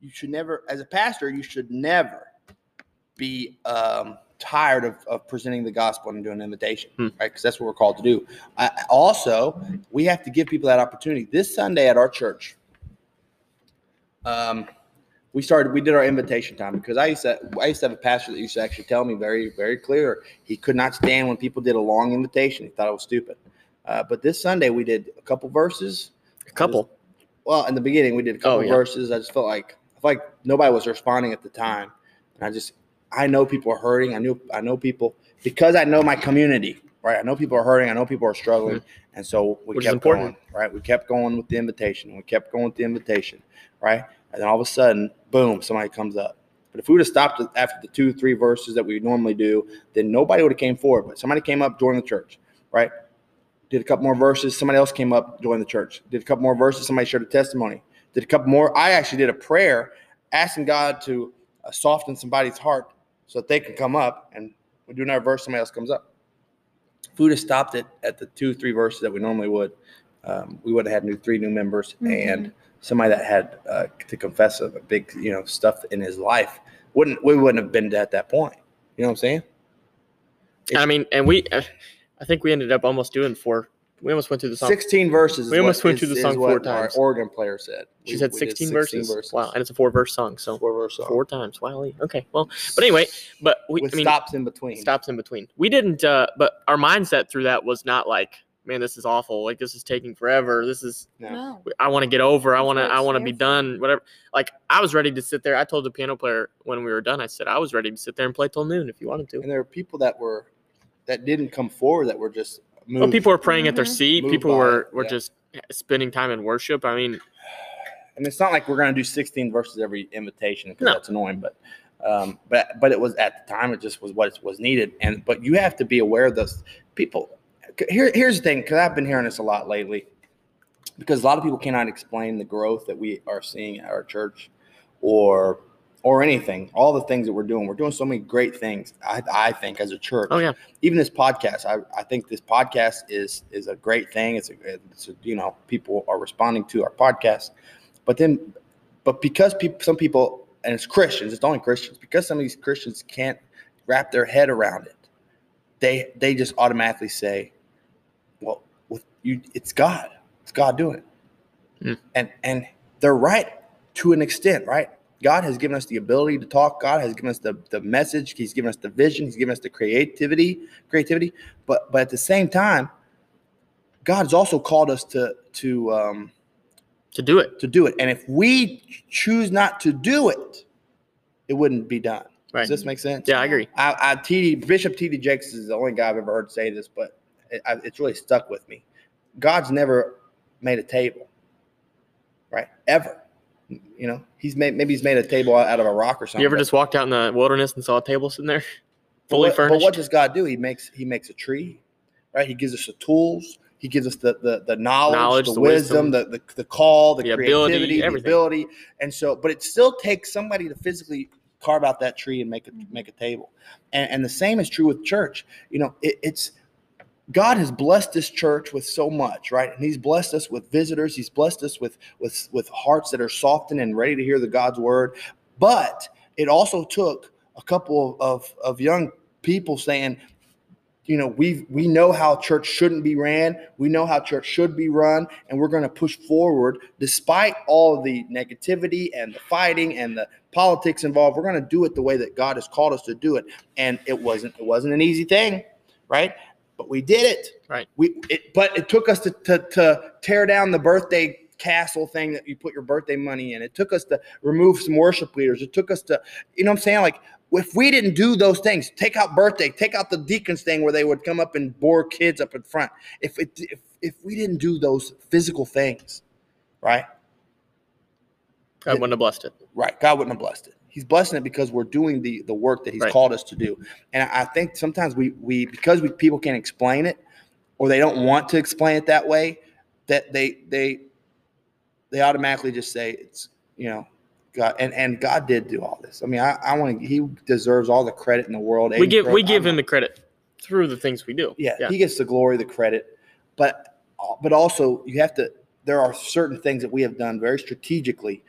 you should never as a pastor you should never be um, tired of, of presenting the gospel and doing an invitation
Hmm.
right because that's what we're called to do I, I- also we have to give people that opportunity this sunday at our church um, we started we did our invitation time because i used to i used to have a pastor that used to actually tell me very very clear he could not stand when people did a long invitation he thought it was stupid uh, but this sunday we did a couple verses
A couple.
well, in the beginning, we did a couple
Oh, yeah.
verses. I just felt like I felt like nobody was responding at the time, and I just I know people are hurting. I knew I know people because I know my community, right? I know people are hurting. I know people are struggling, and so we
Mm-hmm. Which is
kept
important.
going, right? We kept going with the invitation. and We kept going with the invitation, right? And then all of a sudden, boom, somebody comes up. But if we would have stopped at- after the two, three verses that we normally do, then nobody would have came forward. But somebody came up, joined the church, right? Did a couple more verses. Somebody else came up, joined the church. Did a couple more verses. Somebody shared a testimony. Did a couple more. I actually did a prayer asking God to uh, soften somebody's heart so that they can come up and we do another verse. Somebody else comes up. If we would have stopped it at the two, three verses that we normally would, um, we would have had new three new members and somebody that had uh, to confess of a big, you know, stuff in his life. Wouldn't we wouldn't have been at that point? You know what I'm saying?
And I mean, and we, uh, I think we ended up almost doing four. We almost went through the song.
16 verses. is
We almost
what-
went through
is-
the
is
song
what
four times.
Our Oregon player said.
She
We-
said
we did
16, verses. Wow, and it's a four verse song. So
Four verse song.
four times. Wowly. Okay. Well, but anyway, but we
With
I mean,
stops in between.
stops in between. We didn't, uh, but our mindset through that was not like, man, this is awful. Like this is taking forever. This is
Yeah.
No.
I want to get over. I
That's
want to.
what
I
it's
want to
there
be
for.
done. Whatever. Like I was ready to sit there. I told the piano player when we were done. I said I was ready to sit there and play till noon if you wanted to.
And there were people that were that didn't come forward that were just moved.
Well, people were praying at their
Mhm.
seat.
Moved
people
by
were
it,
were
yeah.
just eh, spending time in worship. I mean,
and it's not like we're going to do 16 verses every invitation because
No.
that's annoying but um, but but it was at the time it just was what was needed and but you have to be aware of those people Here, here's the thing because i've been hearing this a lot lately because a lot of people cannot explain the growth that we are seeing at our church or or anything all the things that we're doing we're doing so many great things i, I think as a church
oh yeah,
even this podcast I, I think this podcast is is a great thing it's a, it's a you know people are responding to our podcast but then but because people some people and it's christians it's only christians because some of these christians can't wrap their head around it they they just automatically say well with you it's god it's god doing it
Hmm.
and and they're right to an extent right God has given us the ability to talk. God has given us the, the message. He's given us the vision. He's given us the creativity, creativity. But but at the same time, God has also called us to to um,
to do it.
to do it. And if we choose not to do it, it wouldn't be done.
Right.
Does this make sense?
Yeah, I agree.
I, I TD Bishop TD Jakes is the only guy I've ever heard say this, but it, I, it's really stuck with me. God's never made a table, right? Ever. You know, he's made maybe he's made a table out of a rock or something.
You ever
but-
just walked out in the wilderness and saw a table sitting there,
but
fully
what,
furnished?
But what does God do? He makes he makes a tree, right? He gives us the tools. He gives us the the, the knowledge,
Knowledge,
the,
the
wisdom,
wisdom,
the, the the call, the,
the ability,
creativity, the
everything.
ability. And so, but it still takes somebody to physically carve out that tree and make a
Mhm.
make a table. And and the same is true with church. You know, it, it's God has blessed this church with so much, right? And He's blessed us with visitors. He's blessed us with with with hearts that are softened and ready to hear the God's word. But it also took a couple of of young people saying, you know, we we know how church shouldn't be ran. We know how church should be run, and we're going to push forward despite all the negativity and the fighting and the politics involved. We're going to do it the way that God has called us to do it, and it wasn't it wasn't an easy thing, right? But we did it.
Right.
We it, but it took us to, to to tear down the birthday castle thing that you put your birthday money in. It took us to remove some worship leaders. It took us to, you know, what I'm saying like if we didn't do those things, take out birthday, take out the deacons thing where they would come up and bore kids up in front. If it, if if we didn't do those physical things, right?
God wouldn't have blessed it.
Right. God wouldn't have blessed it. He's blessing it because we're doing the the work that He's
Right.
called us to do. And I I think sometimes we we because we people can't explain it, or they don't want to explain it that way, that they they they automatically just say it's you know God and and God did do all this. I mean, I I want to. He deserves all the credit in the world.
We
Aiden
give we
Crowe,
give
I'm-
him the credit through the things we do.
yeah,
yeah.
he gets the glory, the credit, but uh, but also you have to. There are certain things that we have done very strategically.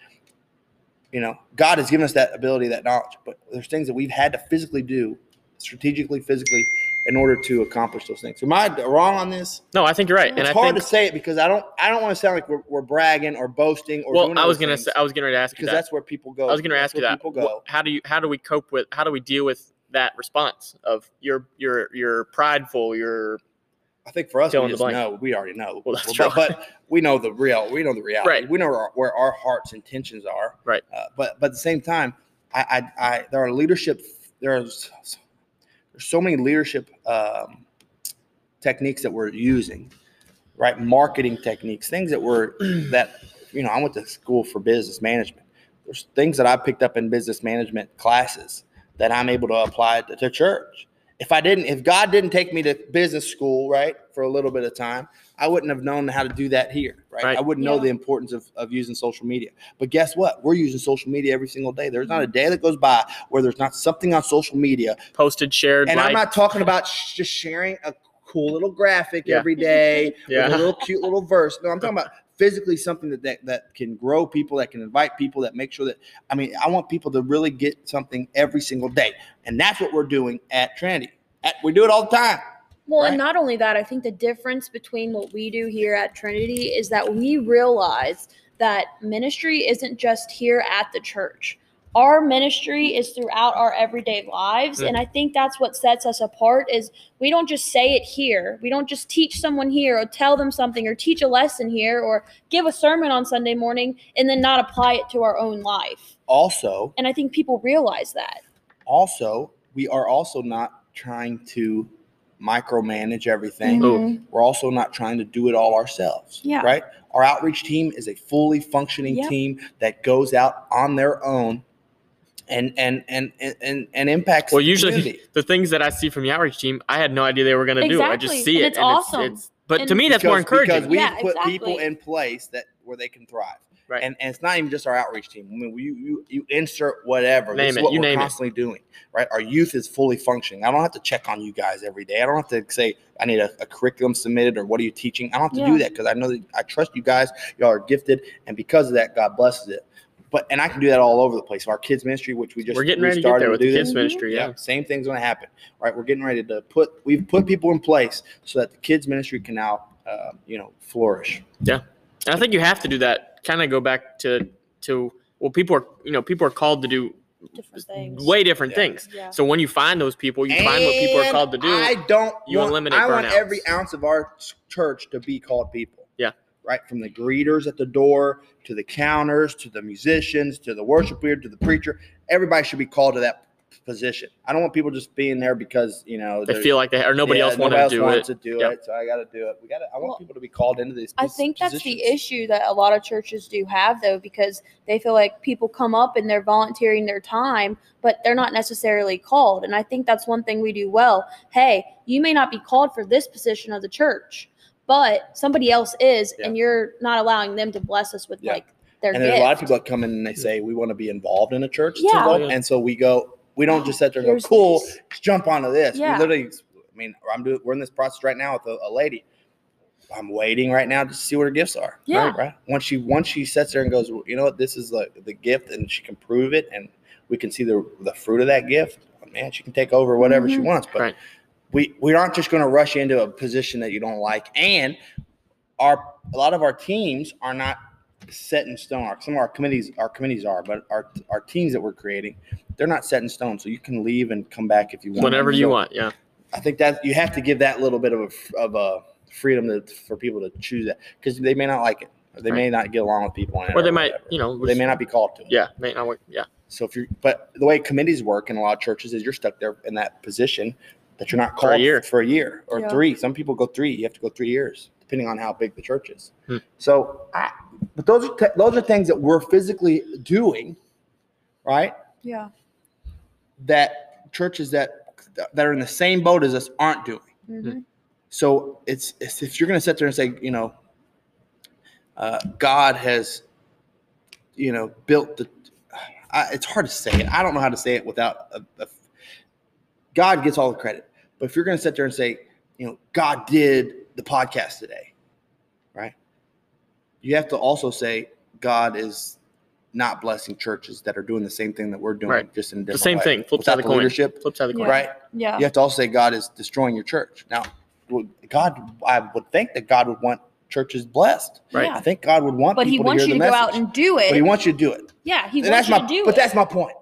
You know, God has given us that ability, that knowledge, but there's things that we've had to physically do, strategically, physically, in order to accomplish those things. Am I wrong on this?
No, I think you're right, and
it's
I
hard
think
to say it because I don't. I don't want to sound like we're, we're bragging or boasting or.
well,
doing
I was
those
gonna
things,
say, I was gonna ask you
because
that.
that's where people go.
I was gonna
That's
ask you
where
that.
People
Wh-
go.
How do you how do we cope with how do we deal with that response of your your your prideful your
I think for us,
fill
we
in the
just
blank.
know we already know.
Well, that's
but,
true.
but we know the real. We know the reality.
Right.
We know our, where our heart's intentions are.
Right.
Uh, but but at the same time, I, I, I there are leadership. There's there's so many leadership um, techniques that we're using, right? Marketing techniques, things that were that you know. I went to school for business management. There's things that I picked up in business management classes that I'm able to apply to, to church. If I didn't, if God didn't take me to business school, right, for a little bit of time, I wouldn't have known how to do that here, right?
Right.
I wouldn't know
Yeah.
the importance of, of using social media. But guess what? We're using social media every single day. There's not a day that goes by where there's not something on social media.
posted shared
And
like
I'm not talking about sh- just sharing a cool little graphic
Yeah.
every day
yeah
with a little cute little verse. No, I'm talking about physically something that, that that can grow people, that can invite people, that make sure that I mean, I want people to really get something every single day. And that's what we're doing at Trinity. At, we do it all the time.
Well,
Right.
and not only that, I think the difference between what we do here at Trinity is that we realize that ministry isn't just here at the church. Our ministry is throughout our everyday lives, and I think that's what sets us apart is we don't just say it here. We don't just teach someone here or tell them something or teach a lesson here or give a sermon on Sunday morning and then not apply it to our own life.
Also,
And I think people realize that.
also we are also not trying to micromanage everything
Mm-hmm.
we're also not trying to do it all ourselves
Yeah.
right our outreach team is a fully functioning
Yep.
team that goes out on their own and and and and and, and impacts
well
the
usually
community.
the things that I see from the outreach team I had no idea they were gonna do I
Exactly,
just see
and
it
it's
and
awesome.
it's, but to
And-
me that's more
Because-
encouraging
because we
Yeah,
put people
exactly.
in place that where they can thrive
Right.
and, and it's not even just our outreach team. I mean, we- you you, you insert whatever.
Name
this is
it.
what
You
we're
name it.
constantly doing, right? Our youth is fully functioning. I don't have to check on you guys every day. I don't have to say I need a, a curriculum submitted or what are you teaching. I don't have to do
Yeah.
that because I know that I trust you guys. Y'all are gifted, and because of that, God blesses it. But and I can do that all over the place. Our kids ministry, which we just
we're getting ready to get
restarted
there with the
do this.
kids ministry yeah.
Yeah, same thing's going to happen. All right, we're getting ready to put we've put people in place so that the kids ministry can now uh, you know flourish.
And I think you have to do that. Kind of go back to to well, people are you know people are called to do
Different things.
way different
Yeah.
things.
Yeah.
So when you find those people, you find what people are
And
called to do.
I don't.
you
want,
eliminate
I want
burnouts.
every ounce of our s- church to be called people.
Yeah.
Right from the greeters at the door to the counters to the musicians to the worship leader to the preacher, everybody should be called to that position. I don't want people just being there because you know
they
they're-
feel like they or nobody
yeah,
else wanted
nobody else
to do
wants
it.
to do
Yep.
it, so I got to do it. We got. to I want
Well,
people to be called into these.
I
pos-
think that's the
positions.
issue that a lot of churches do have, though, because they feel like people come up and they're volunteering their time, but they're not necessarily called. And I think that's one thing we do well. Hey, you may not be called for this position of the church, but somebody else is, and you're not allowing them to bless us with
Yeah.
like their
And
gift.
there's a lot of people that come in and they say we want to be involved in a church. that's
Yeah.
involved,"
Yeah.
And so we go. We don't just sit there and
Here's
go, "Cool,
this.
let's jump onto this."
Yeah.
We literally. I mean, I'm doing. We're in this process right now with a, a lady. I'm waiting right now to see what her gifts are.
Yeah.
Right, right. Once she once she sits there and goes, well, you know what, this is the the gift, and she can prove it, and we can see the the fruit of that gift. Man, she can take over whatever she
Mhm.
wants. But
Right.
we we aren't just going to rush you into a position that you don't like, and our a lot of our teams are not set in stone. Our, some of our committees, our committees are, but our our teams that we're creating, they're not set in stone. So you can leave and come back if you want.
Whenever you
So
want, yeah.
I think that you have to give that little bit of a, of a freedom to, for people to choose that because they may not like it. Or they may not get along with people, in it
Or they might,
whatever.
you know,
Or they may
just-
not be called to. It.
yeah, may not work. Yeah,
So if you're, but the way committees work in a lot of churches is you're stuck there in that position that you're not
For a
called
year.
for a year or
Yeah.
three. Some people go three. You have to go three years, depending on how big the church is.
Hmm.
So I, But those are, te- those are things that we're physically doing, right?
Yeah.
That churches that, that are in the same boat as us aren't doing.
Mhm.
So it's, it's if you're going to sit there and say, you know, uh, God has, you know, built the. I, it's hard to say it. I don't know how to say it without. A, a- God gets all the credit, but if you're going to sit there and say, you know, God did the podcast today, right? You have to also say God is not blessing churches that are doing the same thing that we're doing,
Right.
just in a
The
different
same
way.
thing. Flip
Without
side of the
the
coin.
leadership,
Flip side of the coin.
Yeah.
right?
Yeah.
you have to also say God is destroying your church. Now, would- God, I would think that God would want churches blessed.
Right.
I think God would want
But he
people
wants
to
you
hear
to
the
go
message.
out and do
but he
it.
wants you to do it.
Yeah, he
And
wants
that's
you
my,
to do it.
but that's my point.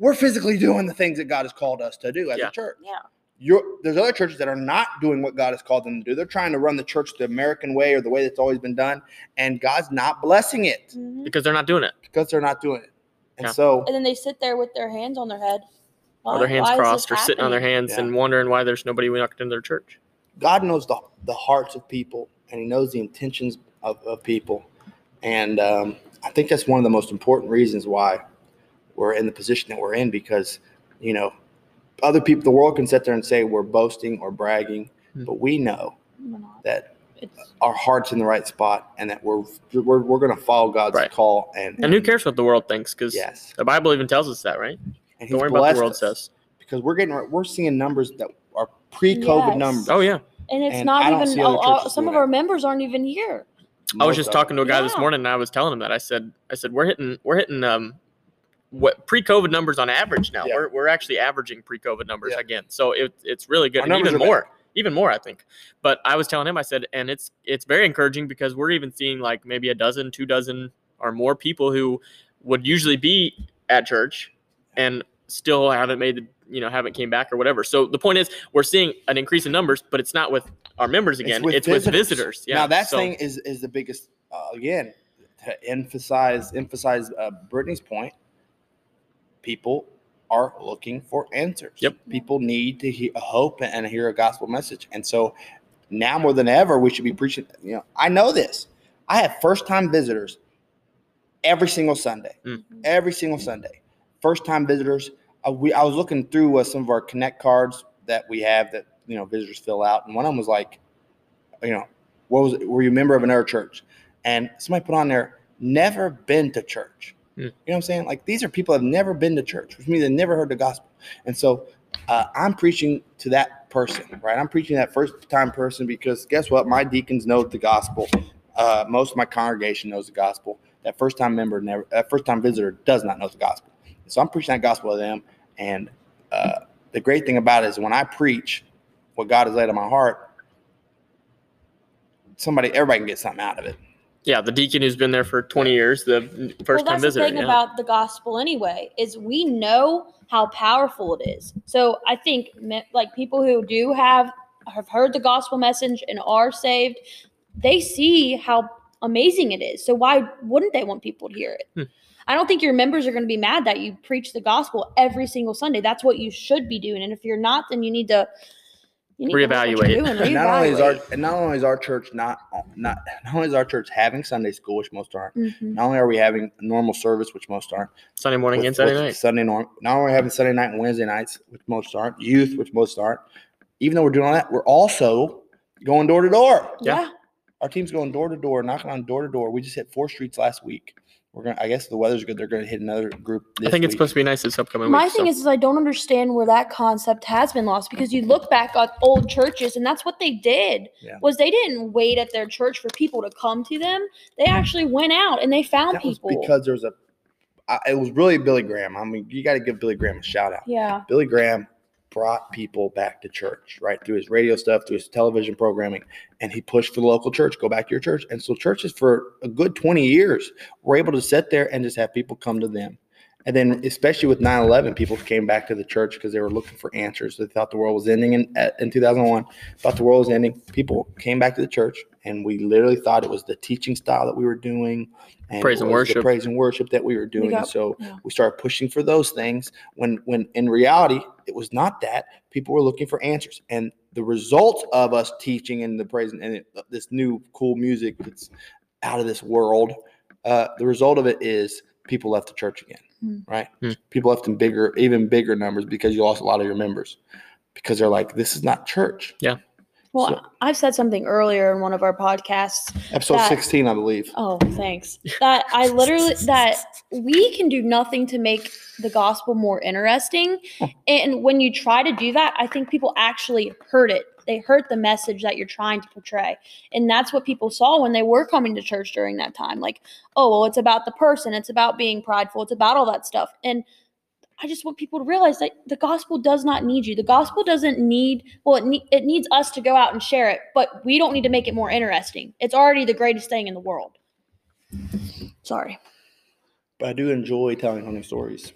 We're physically doing the things that God has called us to do as
Yeah.
a church.
Yeah.
You're, there's other churches that are not doing what God has called them to do. They're trying to run the church the American way or the way that's always been done, and God's not blessing it
Mhm.
Because they're not doing it.
because they're not doing it. And
Yeah.
so,
And then they sit there with their hands on their head.
or their
Why-
hands
why is this
crossed or sitting on their
happening?
hands
Yeah.
and wondering why there's nobody knocked into their church.
God knows the, the hearts of people and he knows the intentions of, of people. And um, I think that's one of the most important reasons why we're in the position that we're in because, you know, other people, the world can sit there and say we're boasting or bragging,
Hmm.
but we know
We're not.
that
It's-
our heart's in the right spot and that we're, we're, we're going to follow God's
Right.
call. And,
And who cares what the world thinks? Because
Yes.
the Bible even tells us that, right?
And
Don't
he's
worry about what
blessed
the world
us
says.
Because we're getting, we're seeing numbers that are pre COVID
Yes.
numbers.
Oh yeah.
And it's
And I
not
don't
even,
see other
all- all-
churches
some
doing
of
that.
our members aren't even here.
I was
Most
just
of
talking to a guy this
Yeah.
morning, and I was telling him that I said, I said we're hitting, we're hitting, um, what pre-COVID numbers on average now.
Yeah.
We're we're actually averaging pre-COVID numbers
Yeah.
again, so it, it's really good,
Our
and
numbers
even
are
more, even more, I think. But I was telling him, I said, and it's it's very encouraging because we're even seeing like maybe a dozen, two dozen, or more people who would usually be at church and still haven't made the you know haven't came back or whatever. So the point is, we're seeing an increase in numbers, but it's not with our members
It's
again. It's
with
with,
visitors.
visitors. Yeah.
now that
so-
thing is is the biggest uh, again to emphasize emphasize uh, Brittany's point. People are looking for answers.
Yep.
People need to hear hope and hear a gospel message, and so now more than ever we should be preaching. You know, I know this. I have first time visitors every single Sunday.
Mm.
Every single Sunday, first time visitors. Uh, we I was looking through uh, some of our connect cards that we have that you know visitors fill out, and one of them was like, you know, what was it? were you a member of another church? And somebody put on there, never been to church.
Hmm.
You know what I'm saying? Like these are people that have never been to church, which means they've never heard the gospel. And so uh, I'm preaching to that person, right? I'm preaching to that first time person because guess what? My deacons know the gospel. Uh, most of my congregation knows the gospel. That first time member never, that first time visitor does not know the gospel. So I'm preaching that gospel to them. And uh, the great thing about it is when I preach what God has laid on my heart, somebody, everybody can get something out of it.
Yeah, the deacon who's been there for 20 years, the first
well,
time
that's
visitor.
the thing
yeah.
about the gospel anyway is we know how powerful it is so i think me- like people who do have have heard the gospel message and are saved they see how amazing it is so why wouldn't they want people to hear it
Hmm.
i don't think your members are going to be mad that you preach the gospel every single sunday that's what you should be doing and if you're not then you need to you need to look what you're
Reevaluate.
doing,
And not only is our
reevaluate.
and not only is our church not not not only is our church having Sunday school, which most aren't.
Mhm.
Not only are we having normal service, which most aren't.
Sunday morning
with-
and Sunday
with
night.
Sunday norm. Not only are we having Sunday night and Wednesday nights, which most aren't. Youth, which most aren't. Even though we're doing all that, we're also going door to door.
Yeah.
yeah
Our team's going door to door, knocking on door to door. We just hit four streets last week. We're gonna. I guess the weather's good. They're gonna hit another group.
I
This
think it's
week.
supposed to be nice this upcoming
My
week.
thing
so-
is, is I don't understand where that concept has been lost because you look back at old churches and that's what they did
Yeah.
was they didn't wait at their church for people to come to them. They actually went out and they found
that was
people.
because there was a. I, it was really Billy Graham. I mean, you got to give Billy Graham a shout out.
yeah.
Billy Graham brought people back to church, right? Through his radio stuff, through his television programming, and he pushed for the local church, go back to your church. And so churches for a good 20 years were able to sit there and just have people come to them. And then especially with 9/11, people came back to the church because they were looking for answers. They thought the world was ending in, at- in 2001, thought the world was ending. People came back to the church and we literally thought it was the teaching style that we were doing and
Praise
it
and
was the
worship.
praise and worship that we were doing.
got-
And so
yeah.
we started pushing for those things when when in reality it was not that people were looking for answers and the result of uh, us teaching and the praise and this new cool music that's out of this world uh, the result of it is people left the church again,
Hmm.
right?
Hmm.
People left in bigger, even bigger numbers because you lost a lot of your members because they're like, this is not church.
Well,
So-
I've said something earlier in one of our podcasts.
Episode
That-
16, I believe.
Oh, thanks. That I literally that we can do nothing to make the gospel more interesting. And when you try to do that, I think people actually hurt it. They hurt the message that you're trying to portray. And that's what people saw when they were coming to church during that time. Like, oh, well, it's about the person, it's about being prideful, it's about all that stuff. And I just want people to realize that the gospel does not need you. The gospel doesn't need, well, it, ne- it needs us to go out and share it, but we don't need to make it more interesting. It's already the greatest thing in the world. Sorry.
But I do enjoy telling funny stories.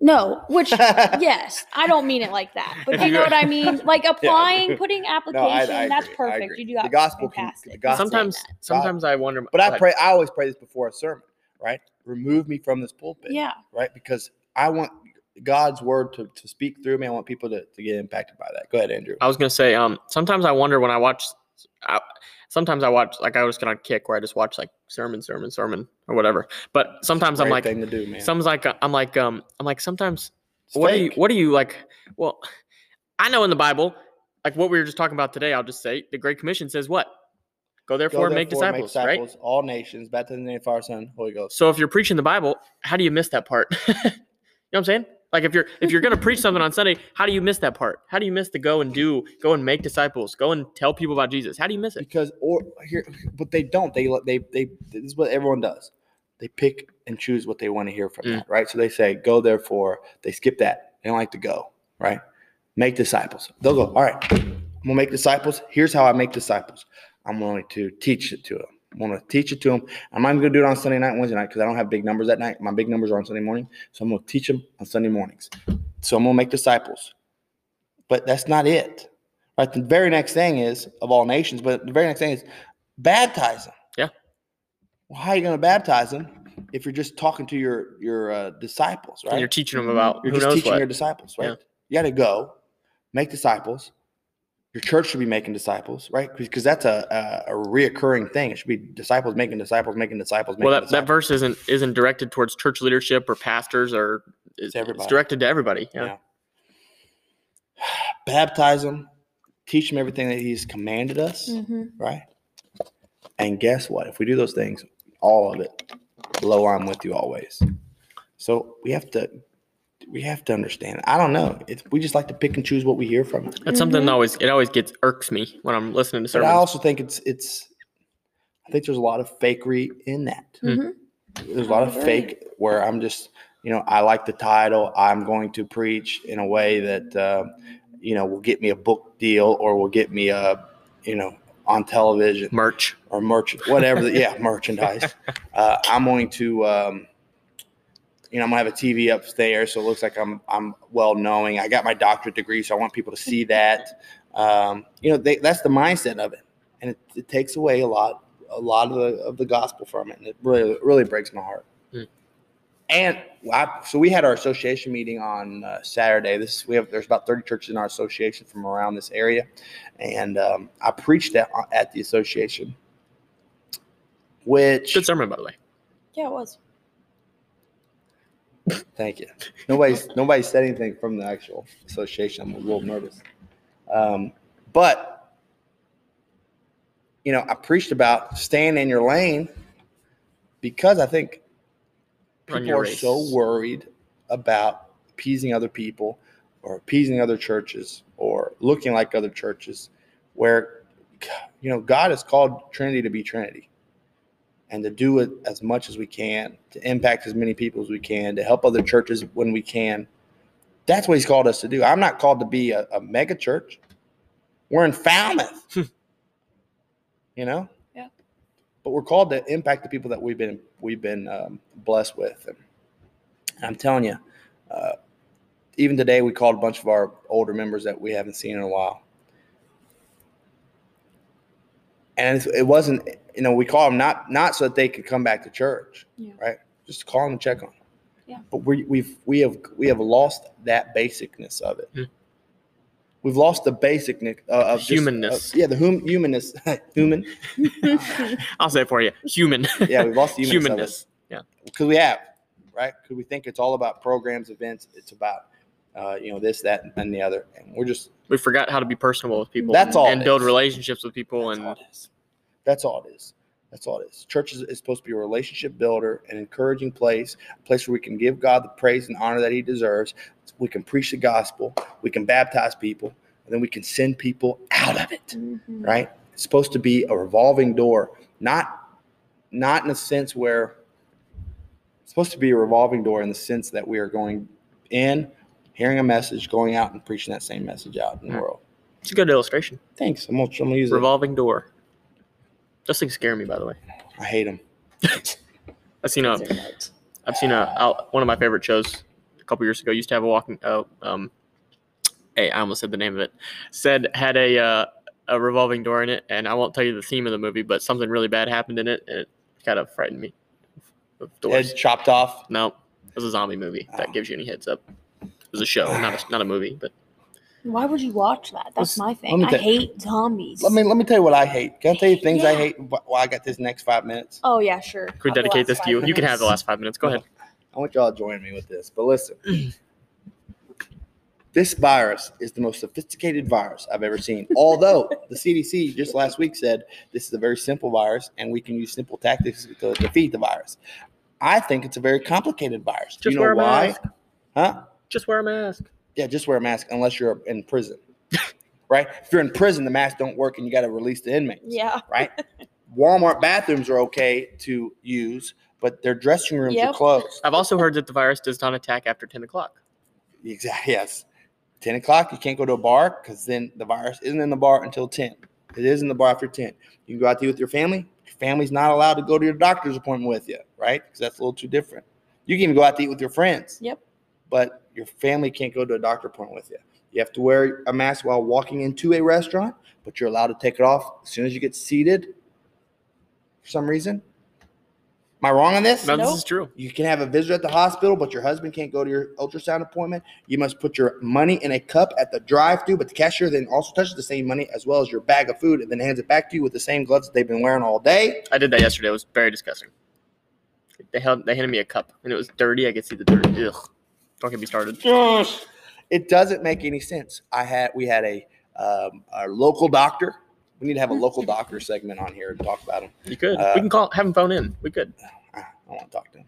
No, which, yes, I don't mean it like that, but
If
you
you
know
go-
what I mean? Like applying,
do.
putting application, that's perfect. You do that.
the gospel. Can,
fantastic.
the gospel
sometimes, sometimes I wonder.
But I
like,
pray. I always pray this before a sermon, right? Remove me from this pulpit,
Yeah.
right? Because I want God's word to, to speak through me. I want people to, to get impacted by that. Go ahead, Andrew.
I was gonna say, um, sometimes I wonder when I watch, I, sometimes I watch like I was gonna kick where I just watch like sermon, sermon, sermon, or whatever. But sometimes I'm
Great
like,
thing to do, man.
sometimes like I'm like, um, I'm like sometimes
It's
what do you
fake.
what do you like? Well, I know in the Bible, like what we were just talking about today. I'll just say the Great Commission says what? Go
Go
therefore and make
therefore and
disciples, right?
All nations, baptizing in the name of Father, Son, Holy Ghost.
So if you're preaching the Bible, how do you miss that part? you know what I'm saying? Like if you're if you're gonna preach something on Sunday, how do you miss that part? How do you miss the go and do, go and make disciples, go and tell people about Jesus? How do you miss it?
Because or here, but they don't. They let- they they. This is what everyone does. They pick and choose what they want to hear from
Mm.
that, right? So they say, "Go therefore." They skip that. They don't like to go, right? Make disciples. They'll go. All right, I'm gonna make disciples. Here's how I make disciples. I'm going to teach it to them. I'm going to teach it to them. I'm not going to do it on Sunday night, and Wednesday night, because I don't have big numbers that night. My big numbers are on Sunday morning, so I'm going to teach them on Sunday mornings. So I'm going to make disciples, but that's not it. Right. The very next thing is of all nations, but the very next thing is baptize them.
Yeah.
Well, how are you going to baptize them if you're just talking to your your uh, disciples, right?
And you're teaching them about
You're
who
just
knows
teaching
what.
your disciples, right?
Yeah.
You got to go make disciples. Your church should be making disciples, right? Because that's a, a a reoccurring thing. It should be disciples making disciples, making disciples. Making
well, that,
disciples.
that verse isn't isn't directed towards church leadership or pastors or it's, it's
everybody.
directed to everybody. Yeah.
Yeah. baptize them, teach them everything that He's commanded us.
Mm-hmm.
Mhm.
right? And guess what? If we do those things, all of it, lo, I'm with you always. So we have to, we have to understand. I don't know. It's, we just like to pick and choose what we hear from it.
That's something that always it always gets irks me when I'm listening to
But I
sermons.
also think it's it's. I think there's a lot of fakery in that.
Mm-hmm.
Mhm.
There's a lot of
I agree.
fake where I'm just, you know, I like the title. I'm going to preach in a way that, uh, you know, will get me a book deal or will get me a, you know, on television
Merch.
or merchant, whatever. the- yeah, merchandise. Uh, I'm going to, um, you know, I'm gonna have a TV upstairs, so it looks like I'm I'm well knowing. I got my doctorate degree, so I want people to see that. Um, you know, they, that's the mindset of it, and it, it takes away a lot, a lot of the of the gospel from it, and it really really breaks my heart.
Mm.
And I, so we had our association meeting on uh, Saturday. This we have there's about 30 churches in our association from around this area, and um, I preached at, at the association which
Good sermon, by the way.
Yeah, it was.
thank you nobody's nobody said anything from the actual association i'm a little nervous um, but you know i preached about staying in your lane because i think
Run
people
your
are
race.
so worried about appeasing other people or appeasing other churches or looking like other churches where you know god has called trinity to be trinity and to do it as much as we can to impact as many people as we can to help other churches when we can that's what he's called us to do i'm not called to be a, a mega church we're in falmouth you know
Yeah.
but we're called to impact the people that we've been we've been um, blessed with and, and i'm telling you uh, even today we called a bunch of our older members that we haven't seen in a while and it's- it wasn't you know we call them not not so that they could come back to church
Yeah.
right just call them and check on them
Yeah.
but we, we've we have we have lost that basicness of it
Mm.
We've lost the basic Nick, uh, of just-
Humanness.
of- yeah, the hum, humanness. Human.
I'll say it for you. Human.
Yeah, we've lost the humanness
Humanness. Yeah.
because we have, right? Because we think it's all about programs, events. It's about uh, you know this, that, and the other, and we're just
We forgot how to be personable with people.
That's
and,
all
And
it
build
is.
relationships with people.
That's
and
all it is. That's all it is. That's all it is. Church is, is supposed to be a relationship builder, an encouraging place, a place where we can give God the praise and honor that He deserves. We can preach the gospel, we can baptize people, and then we can send people out of it.
Mhm.
Right? It's supposed to be a revolving door, not not in a sense where it's supposed to be a revolving door in the sense that we are going in, hearing a message, going out and preaching that same message out in the
Mm.
world.
it's a good illustration.
Thanks. I'm gonna, I'm gonna use it.
Revolving door. Those things scare me, by the way.
I hate them.
I've seen a,
Those are notes.
I've seen a, out- one of my favorite shows a couple years ago used to have a walking, uh, um, hey, I almost said the name of it. Said had a, uh, a revolving door in it, and I won't tell you the theme of the movie, but something really bad happened in it, and it kind of frightened me. Of doors.
head chopped off.
No, it was a zombie movie. if
Oh.
That gives you any heads up. It was a show, not a, not a movie, but
Why would you watch that? That's
Let's-
my
let
thing.
me
I
ta-
hate zombies.
Let me let me tell you what I hate. Can I tell you things I
Yeah.
hate wh- while I got this next five minutes?
oh yeah, sure.
could
Not the
dedicate
last
this
five
to you. You can have the
minutes.
last five minutes. Go ahead.
I want y'all to join me with this. But listen, this virus is the most sophisticated virus I've ever seen. Although the CDC just last week said this is a very simple virus and we can use simple tactics to defeat the virus. I think it's a very complicated virus. Do
Just
you know
wear a
why?
mask.
Huh?
Just wear a mask.
Yeah, just wear a mask unless you're in prison. right? If you're in prison, the masks don't work and you got to release the inmates.
Yeah.
right? Walmart bathrooms are okay to use, but their dressing rooms are
Yep.
closed.
I've also heard that the virus does not attack after ten o'clock.
Exactly. Yes. 10 o'clock, you can't go to a bar because then the virus isn't in the bar until 10. It is in the bar after 10. You can go out there with your family. Your family's not allowed to go to your doctor's appointment with you, right? Because that's a little too different. You can even go out to eat with your friends.
Yep.
But your family can't go to a doctor appointment with you. You have to wear a mask while walking into a restaurant, but you're allowed to take it off as soon as you get seated for some reason. Am I wrong on this?
No, this
Nope.
is true.
You can have a visitor at the hospital, but your husband can't go to your ultrasound appointment. You must put your money in a cup at the drive-through, but the cashier then also touches the same money as well as your bag of food and then hands it back to you with the same gloves that they've been wearing all day.
I did that yesterday. It was very disgusting. They held, they handed me a cup, and it was dirty. I could see the dirt. Ugh. Don't get me started.
It doesn't make any sense. I had we had a um, our local doctor. We need to have a local doctor segment on here and talk about him.
You could.
Uh,
we can call. Have him phone in. We could.
I don't want to talk to him.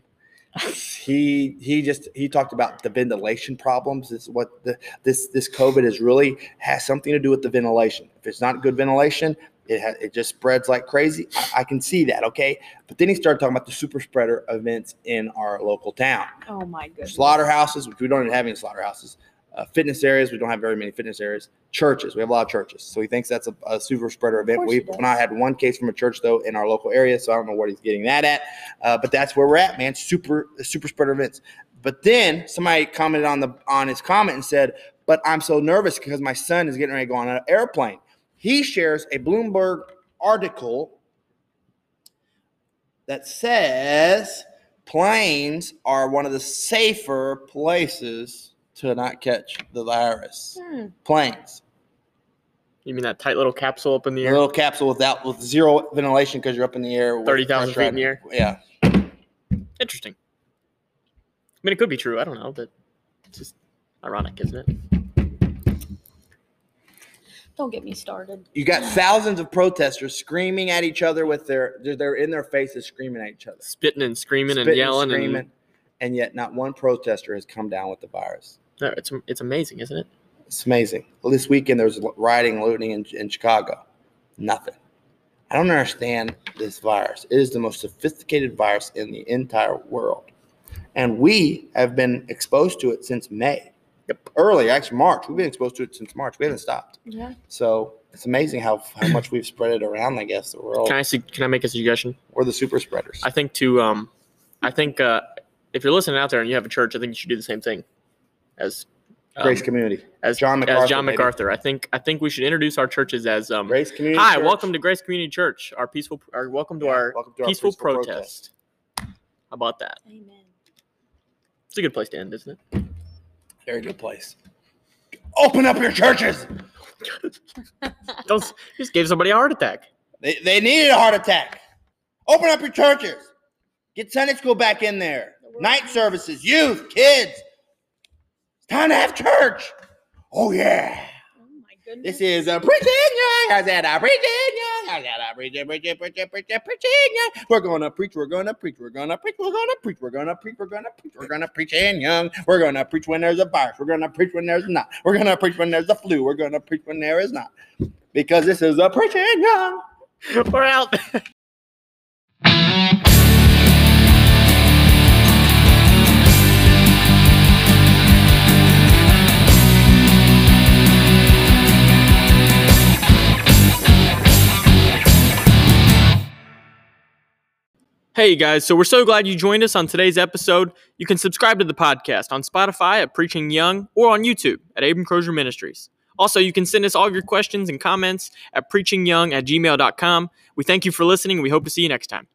He he just he talked about the ventilation problems. This is what the this this COVID is really has something to do with the ventilation. If it's not good ventilation, it ha, it just spreads like crazy. I, I can see that, okay. But then he started talking about the super spreader events in our local town,
Oh my goodness.
slaughterhouses, which we don't even have any slaughterhouses, uh, fitness areas. We don't have very many fitness areas. Churches, we have a lot of churches. So he thinks that's a, a super spreader event.
course
We've
he does.
not had one case from a church though in our local area, so I don't know what he's getting that at. Uh, but that's where we're at, man. Super super spreader events. But then somebody commented on the on his comment and said, "But I'm so nervous because my son is getting ready to go on an airplane." He shares a Bloomberg article that says planes are one of the safer places to not catch the virus.
Hmm.
Planes,
You mean that tight little capsule up in the
a
air?
little capsule without with zero ventilation because you're up in the air, with
30,000 feet in the
pressure on- Yeah,
Interesting. I mean, it could be true. I don't know, but it's just ironic, isn't it?
Don't get me started.
you got thousands of protesters screaming at each other with their they're, they're in their faces screaming at each other,
Spitting and screaming
Spitting,
and yelling and
screaming, and yet not one protester has come down with the virus.
No, it's it's amazing, isn't it?
It's amazing. Well, this weekend there was rioting, looting in, in Chicago. Nothing. I don't understand this virus. It is the most sophisticated virus in the entire world, and we have been exposed to it since May. Yep. Early, actually March. We've been exposed to it since March. We haven't stopped.
Yeah.
So it's amazing how how much we've spread it around. I guess the world.
Can I sug- can I make a suggestion?
We're the super spreaders.
I think to um, I think uh, if you're listening out there and you have a church, I think you should do the same thing as um,
Grace Community.
as
John MacArthur.
as John
baby.
MacArthur. I think I think we should introduce our churches as um.
Grace Community.
Hi, welcome to Grace Community Church. Our peaceful, our welcome to our
welcome to
peaceful protest. How about that?
Amen.
It's a good place to end, isn't it?
Very good place. Open up your churches.
Don't s- you just gave somebody a heart attack.
They, they needed a heart attack. Open up your churches. Get Sunday school back in there. Night services, youth, kids. It's time to have church. Oh, yeah.
Oh my goodness.
This is a preaching young. I said, I'm preaching young. I said, I'm preaching, preaching, preaching, preaching, preaching young. We're going to preach. We're going to preach. We're going to preach. We're going to preach. We're going to preach. We're going to preach. We're going to preach and young. We're going to preach when there's a virus. We're going to preach when there's not. We're going to preach when there's a flu. We're going to preach when there is not. Because this is a preaching young.
We're out. Hey guys, so we're so glad you joined us on today's episode. You can subscribe to the podcast on Spotify at Preaching Young or on YouTube at Abram Crozier Ministries. Also, you can send us all of your questions and comments at preachingyoung at gmail.com. We thank you for listening. and We hope to see you next time.